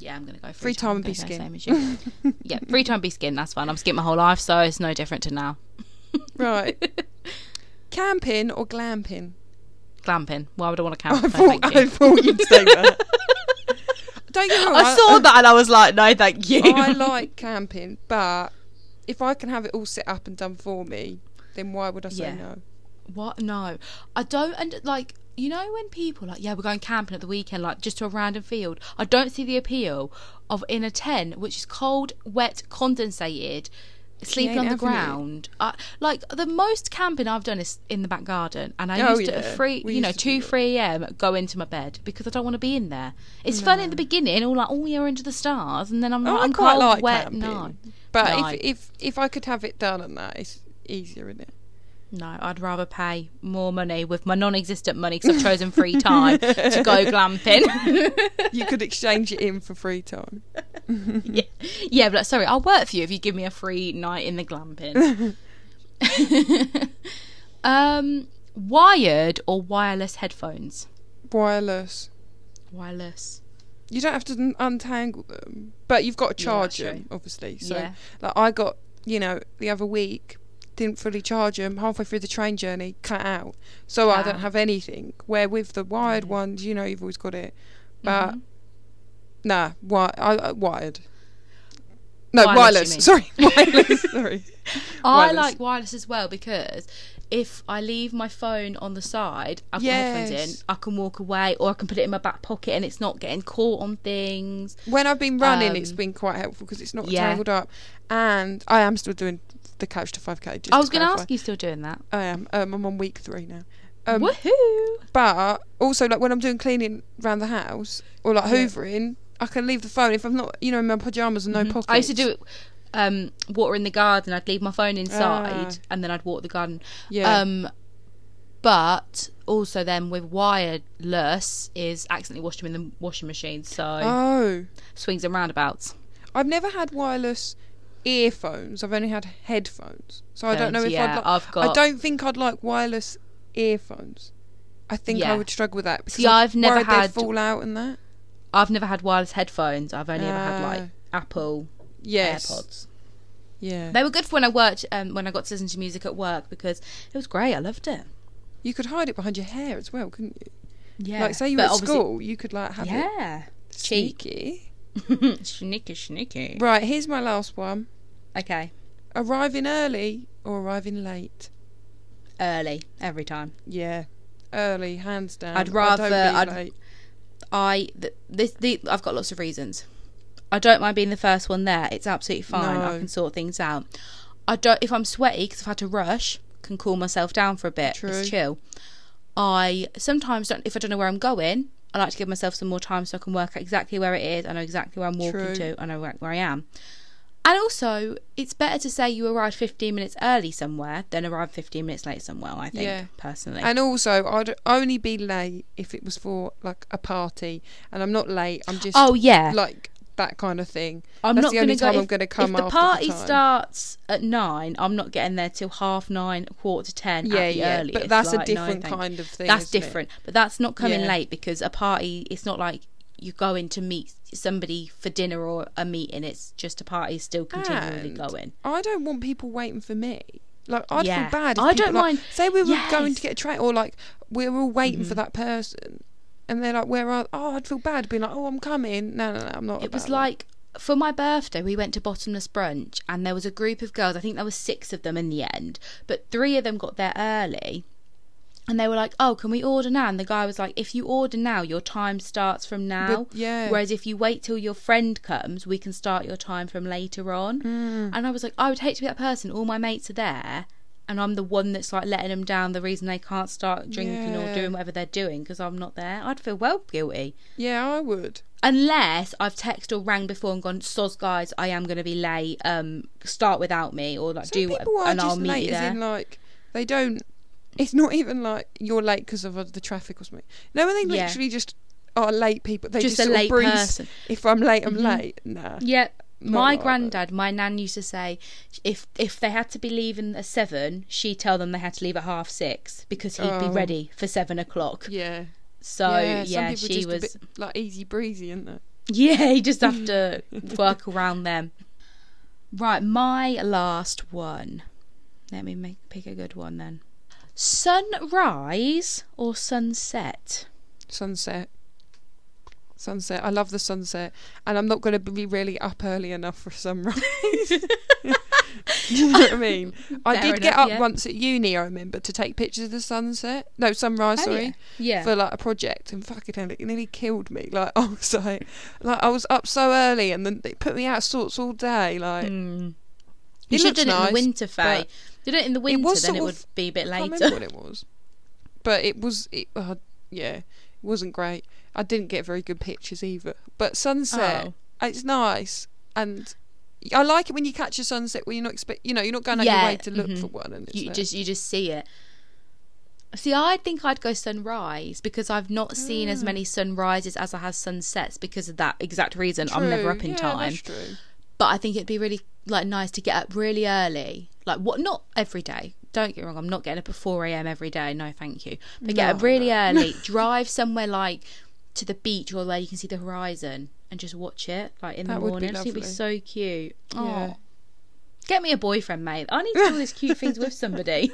Speaker 2: Yeah, I'm gonna go free,
Speaker 1: Free time and be
Speaker 2: Okay,
Speaker 1: skin.
Speaker 2: same as you.
Speaker 1: [LAUGHS]
Speaker 2: yeah, free time be skin. That's fine. I'm skin my whole life, so it's no different to now.
Speaker 1: [LAUGHS] Right. Camping or glamping?
Speaker 2: Glamping. Why would I want to camp?
Speaker 1: I
Speaker 2: No,
Speaker 1: thought, [LAUGHS]
Speaker 2: thank you.
Speaker 1: I thought you'd say that. Don't get me wrong.
Speaker 2: I saw that and Oh, I was like, no, thank you.
Speaker 1: [LAUGHS] I like camping, but if I can have it all set up and done for me, then why would I say
Speaker 2: Yeah.
Speaker 1: no?
Speaker 2: What? No, I don't. And like, you know, when people like, yeah, we're going camping at the weekend, like just to a random field. I don't see the appeal of in a tent, which is cold, wet, condensated, sleeping
Speaker 1: ain't
Speaker 2: on the
Speaker 1: having it.
Speaker 2: ground. I, like the most camping I've done is in the back garden, and I
Speaker 1: Oh,
Speaker 2: used to at
Speaker 1: yeah.
Speaker 2: three,
Speaker 1: We
Speaker 2: you know,
Speaker 1: used to do
Speaker 2: two,
Speaker 1: that.
Speaker 2: three a.m. go into my bed because I don't want to be in there. It's fun at the beginning, all like, oh, you're into the stars, and then I'm
Speaker 1: Oh,
Speaker 2: like,
Speaker 1: I
Speaker 2: I'm
Speaker 1: quite
Speaker 2: cold,
Speaker 1: like
Speaker 2: wet,
Speaker 1: camping.
Speaker 2: no.
Speaker 1: But
Speaker 2: No.
Speaker 1: if, if if I could have it done and that, it's easier, isn't it?
Speaker 2: No, I'd rather pay more money with my non-existent money because I've chosen free time to
Speaker 1: [LAUGHS]
Speaker 2: go glamping. [LAUGHS]
Speaker 1: You could exchange it in for free time.
Speaker 2: yeah, yeah, but like, sorry, I'll work for you if you give me a free night in the glamping.
Speaker 1: [LAUGHS]
Speaker 2: um, wired or wireless headphones?
Speaker 1: Wireless.
Speaker 2: Wireless.
Speaker 1: you don't have to un- untangle them, but you've got to
Speaker 5: Yeah,
Speaker 1: charge
Speaker 5: that's
Speaker 1: them, obviously. So,
Speaker 2: Yeah.
Speaker 1: like, I got, you know, the other week, didn't fully charge them halfway through the train journey, cut out. So I
Speaker 2: Ah.
Speaker 1: don't have anything. Where with the wired ones, you know, you've always got it.
Speaker 2: Mm-hmm.
Speaker 1: But, nah, wi- I, I, wired. No,
Speaker 2: Wireless, you
Speaker 1: wireless.
Speaker 2: mean.
Speaker 1: Sorry,
Speaker 2: [LAUGHS]
Speaker 1: wireless. sorry.
Speaker 2: I
Speaker 1: Wireless.
Speaker 2: like wireless as well because if I leave my phone on the side, I've got headphones
Speaker 1: Yes.
Speaker 2: in, I can walk away or I can put it in my back pocket and it's not getting caught on things.
Speaker 1: When I've been running, it's
Speaker 2: Um,
Speaker 1: been quite helpful because it's not
Speaker 2: yeah.
Speaker 1: tangled up. And I am still doing the couch to 5k. Just
Speaker 2: I was
Speaker 1: going
Speaker 2: going to ask, you still doing that?
Speaker 1: I am. Um, I'm on week three now. Um,
Speaker 2: Woohoo!
Speaker 1: but also, like when I'm doing cleaning around the house or like hoovering, I can leave the phone if I'm not, you know, in my pajamas and no pockets.
Speaker 2: Mm-hmm. I used to do it. Um, water in the garden. I'd leave my phone inside,
Speaker 1: Ah.
Speaker 2: and then I'd water the garden.
Speaker 1: Yeah.
Speaker 2: Um, but also then with wireless is accidentally washed them in the washing machine, so
Speaker 1: Oh,
Speaker 2: swings and roundabouts.
Speaker 1: I've never had wireless earphones. I've only had headphones, so I don't know if
Speaker 2: Yeah,
Speaker 1: I'd. Like,
Speaker 2: I've
Speaker 1: I
Speaker 2: got-
Speaker 1: don't think I'd like wireless earphones. I think I
Speaker 2: Yeah.
Speaker 1: would struggle with that. Because
Speaker 2: See, I've never
Speaker 1: worried they'd
Speaker 2: had-
Speaker 1: fall out and that.
Speaker 2: I've never had wireless headphones. I've only ever had
Speaker 1: Ah.
Speaker 2: like Apple
Speaker 1: Yes.
Speaker 2: AirPods.
Speaker 1: Yeah.
Speaker 2: They were good for when I worked. Um, when I got to listen to music at work because it was great. I loved it.
Speaker 1: You could hide it behind your hair as well, couldn't you?
Speaker 2: Yeah.
Speaker 1: Like, say you were
Speaker 2: But
Speaker 1: at
Speaker 2: obviously-
Speaker 1: school, you could like have it
Speaker 2: Yeah. Cheek.
Speaker 1: sneaky.
Speaker 2: [LAUGHS] sneaky, sneaky.
Speaker 1: Right, here's my last one.
Speaker 2: Okay.
Speaker 1: Arriving early or arriving late?
Speaker 2: Early every time.
Speaker 1: Yeah, early, hands down.
Speaker 2: I'd
Speaker 1: I
Speaker 2: rather-
Speaker 1: don't leave
Speaker 2: I'd-
Speaker 1: late.
Speaker 2: I th- this the I've got lots of reasons. I don't mind being the first one there. It's absolutely fine.
Speaker 1: No.
Speaker 2: I can sort things out. I don't if I'm sweaty because I've had to rush, can cool myself down for a bit.
Speaker 1: True.
Speaker 2: It's chill. I sometimes don't if I don't know where I'm going. I like to give myself some more time so I can work out exactly where it is. I know exactly where I'm walking
Speaker 1: True.
Speaker 2: to. I know where, where I am. And also, it's better to say you arrived 15 minutes early somewhere than arrive 15 minutes late somewhere. I think
Speaker 1: Yeah.
Speaker 2: personally.
Speaker 1: And also, I'd only be late if it was for like a party, and I'm not late. I'm just
Speaker 2: oh yeah,
Speaker 1: like that kind of thing.
Speaker 2: I'm
Speaker 1: That's
Speaker 2: not
Speaker 1: the only
Speaker 2: gonna
Speaker 1: time
Speaker 2: go,
Speaker 1: I'm
Speaker 2: if-
Speaker 1: going to come.
Speaker 2: If the
Speaker 1: after
Speaker 2: party
Speaker 1: time.
Speaker 2: starts at nine, I'm not getting there till half nine, quarter to ten.
Speaker 1: yeah,
Speaker 2: at the
Speaker 1: yeah,
Speaker 2: earliest.
Speaker 1: but that's a
Speaker 2: Like, no,
Speaker 1: different
Speaker 2: thank-
Speaker 1: kind of thing.
Speaker 2: That's
Speaker 1: isn't it?
Speaker 2: different, but that's not coming
Speaker 1: Yeah.
Speaker 2: late because a party. It's not like you're going to meet somebody for dinner or a meeting. It's just a party still continually
Speaker 1: And
Speaker 2: going.
Speaker 1: I don't want people waiting for me. Like I'd
Speaker 2: Yeah.
Speaker 1: feel bad. If
Speaker 2: I
Speaker 1: people,
Speaker 2: don't
Speaker 1: like,
Speaker 2: mind-
Speaker 1: Say we were going
Speaker 2: Yes. Mm-hmm.
Speaker 1: to get a train, or like we were all waiting for that person, and they're like, "Where are?" Oh, I'd feel bad being like, "Oh, I'm coming." No, no, no, I'm not.
Speaker 2: It was
Speaker 1: about that.
Speaker 2: like for my birthday, we went to bottomless brunch, and there was a group of girls. I think there were six of them in the end, but three of them got there early, and they were like, "Oh, can we order now?" And the guy was like, "If you order now, your time starts from now.
Speaker 1: yeah.
Speaker 2: Whereas if you wait till your friend comes, we can start your time from later on."
Speaker 1: Mm.
Speaker 2: And I was like, "I would hate to be that person. All my mates are there." And I'm the one that's like letting them down. The reason they can't start drinking
Speaker 1: Yeah.
Speaker 2: or doing whatever they're doing because I'm not there, I'd feel well guilty.
Speaker 1: yeah, I would.
Speaker 2: Unless I've texted or rang before and gone, soz guys, I am going to be late. Um, start without me or like
Speaker 1: Some
Speaker 2: do
Speaker 1: people are
Speaker 2: whatever, and
Speaker 1: just
Speaker 2: I'll meet
Speaker 1: late,
Speaker 2: you
Speaker 1: as
Speaker 2: there.
Speaker 1: in like they don't. It's not even like you're late because of uh, the traffic or something. No, when they
Speaker 2: Yeah.
Speaker 1: literally just are late people, they
Speaker 2: Just
Speaker 1: just,
Speaker 2: a
Speaker 1: sort of
Speaker 2: late
Speaker 1: breeze,
Speaker 2: person. Mm-hmm.
Speaker 1: If I'm late, I'm late. Nah.
Speaker 2: yeah,
Speaker 1: Not
Speaker 2: my
Speaker 1: like that.
Speaker 2: granddad, my nan used to say, if if they had to be leaving at seven, she'd tell them they had to leave at half six because he'd be
Speaker 1: Oh.
Speaker 2: ready for seven o'clock.
Speaker 1: Yeah.
Speaker 2: So yeah,
Speaker 1: some people
Speaker 2: she
Speaker 1: just
Speaker 2: was.
Speaker 1: a bit, like easy breezy, isn't it?
Speaker 2: Yeah, you just
Speaker 1: [LAUGHS]
Speaker 2: have to work around them. Right, my last one. Let me make pick a good one then. Sunrise or sunset?
Speaker 1: Sunset. Sunset. I love the sunset, and I'm not going to be really up early enough for sunrise. [LAUGHS] Do you know what I mean? I
Speaker 2: Fair
Speaker 1: did get
Speaker 2: enough,
Speaker 1: up
Speaker 2: yeah.
Speaker 1: once at uni. I remember to take pictures of the sunset. No, sunrise.
Speaker 2: Oh,
Speaker 1: sorry.
Speaker 2: yeah. Yeah.
Speaker 1: for like a project and fucking hell, it nearly killed me. [LAUGHS] Like I was like, like I was up so early and then it put me out of sorts all day. Like
Speaker 2: Hmm. you
Speaker 1: it looks
Speaker 2: should have done it in the
Speaker 1: nice,
Speaker 2: winter, Faye.
Speaker 1: but
Speaker 2: Did it in the winter,
Speaker 1: was
Speaker 2: then
Speaker 1: sort
Speaker 2: it
Speaker 1: of-
Speaker 2: would be a bit
Speaker 1: I can't remember
Speaker 2: later.
Speaker 1: what it was, but it was it. Uh, yeah, it wasn't great. I didn't get very good pictures either. But sunset,
Speaker 2: Oh.
Speaker 1: it's nice and. I like it when you catch a sunset when you're not expect, you know, you're not going out
Speaker 2: Yeah,
Speaker 1: your way to look
Speaker 2: mhm.
Speaker 1: for one, and it's
Speaker 2: You
Speaker 1: there.
Speaker 2: just you just see it. See, I think I'd go sunrise because I've not seen
Speaker 1: Ah.
Speaker 2: as many sunrises as I have sunsets because of that exact reason. I'm never
Speaker 1: True,
Speaker 2: up in
Speaker 1: yeah,
Speaker 2: time.
Speaker 1: That's true.
Speaker 2: but I think it'd be really like nice to get up really early. Like what? Not every day. Don't get me wrong.
Speaker 1: [LAUGHS]
Speaker 2: I'm not getting up at four a.m. every day. No, thank you. But get up really early. drive somewhere like to the beach or where you can see the horizon and just watch it like in
Speaker 1: That
Speaker 2: the
Speaker 1: would be
Speaker 2: morning. I just think it'd be so cute. Oh.
Speaker 1: Yeah.
Speaker 2: Get me a boyfriend, mate. I need to do all
Speaker 1: [LAUGHS]
Speaker 2: these cute things with somebody.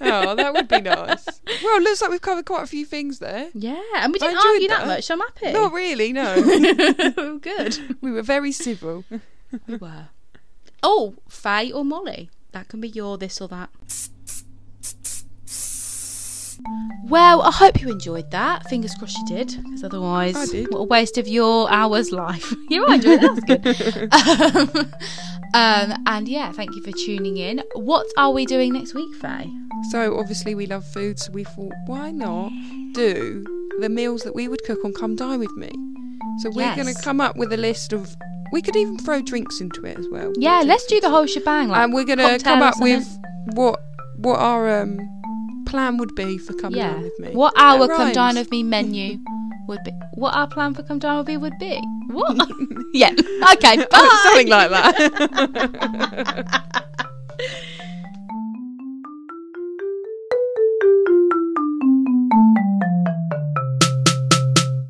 Speaker 1: Oh, that would be
Speaker 2: [LAUGHS]
Speaker 1: nice. Well, it looks like we've covered quite a few things there.
Speaker 2: Yeah, and we
Speaker 1: I
Speaker 2: didn't
Speaker 1: enjoyed
Speaker 2: argue that.
Speaker 1: that.
Speaker 2: much, so I'm happy. [LAUGHS]
Speaker 1: Not really, no. [LAUGHS]
Speaker 2: Good.
Speaker 1: we were very civil.
Speaker 2: We were. Oh, Faye or Molly? That can be your this or that. Well, I hope you enjoyed that. Fingers crossed you did, because otherwise,
Speaker 1: I did.
Speaker 2: what a waste of your hour's life. [LAUGHS] you are enjoying
Speaker 1: [LAUGHS]
Speaker 2: that. That's good. um, um, and yeah, thank you for tuning in. What are we doing next week, Faye?
Speaker 1: So obviously we love food, so we thought, why not do the meals that we would cook on Come Die with Me? So we're
Speaker 2: Yes.
Speaker 1: going to come up with a list of. We could even throw drinks into it as well.
Speaker 2: Yeah, let's do the whole shebang. Like
Speaker 1: and we're going to
Speaker 2: cocktail
Speaker 1: come
Speaker 2: or
Speaker 1: up with
Speaker 2: something.
Speaker 1: what what our um, plan would be for Come
Speaker 2: yeah.
Speaker 1: Die with Me.
Speaker 2: What our
Speaker 1: That
Speaker 2: come dine
Speaker 1: rhymes.
Speaker 2: with me menu would be? What our plan for come dine with me would be?
Speaker 1: [LAUGHS]
Speaker 2: What? yeah. [LAUGHS] Okay. Bye.
Speaker 1: Something like that.